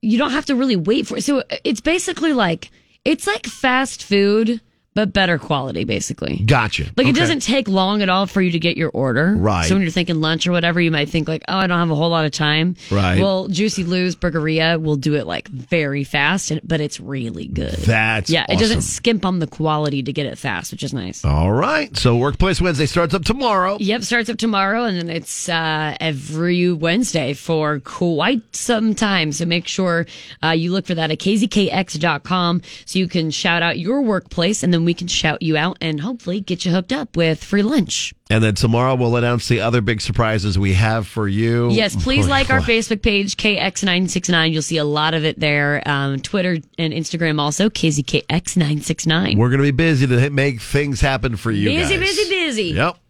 [SPEAKER 12] you don't have to really wait for it. So it's basically like it's like fast food but better quality, basically.
[SPEAKER 10] Gotcha.
[SPEAKER 12] Like it
[SPEAKER 10] Okay.
[SPEAKER 12] doesn't take long at all for you to get your order.
[SPEAKER 10] Right.
[SPEAKER 12] So when you're thinking lunch or whatever, you might think like, oh, I don't have a whole lot of time.
[SPEAKER 10] Right.
[SPEAKER 12] Well, Juicy Lou's Burgeria will do it like very fast, and, but it's really good.
[SPEAKER 10] That's
[SPEAKER 12] yeah. It
[SPEAKER 10] awesome.
[SPEAKER 12] doesn't skimp on the quality to get it fast, which is nice.
[SPEAKER 10] All right. So Workplace Wednesday starts up tomorrow.
[SPEAKER 12] Yep, starts up tomorrow, and then it's uh, every Wednesday for quite some time. So make sure uh, you look for that at kzkx.com so you can shout out your workplace, and then we can shout you out and hopefully get you hooked up with free lunch.
[SPEAKER 10] And then tomorrow we'll announce the other big surprises we have for you.
[SPEAKER 12] Yes, please
[SPEAKER 10] Boy,
[SPEAKER 12] like our
[SPEAKER 10] boy.
[SPEAKER 12] Facebook page, KX969. You'll see a lot of it there. Um, Twitter and Instagram also, KZKX969.
[SPEAKER 10] We're going to be busy to hit- make things happen for you
[SPEAKER 12] Busy,
[SPEAKER 10] guys.
[SPEAKER 12] busy, busy.
[SPEAKER 10] Yep.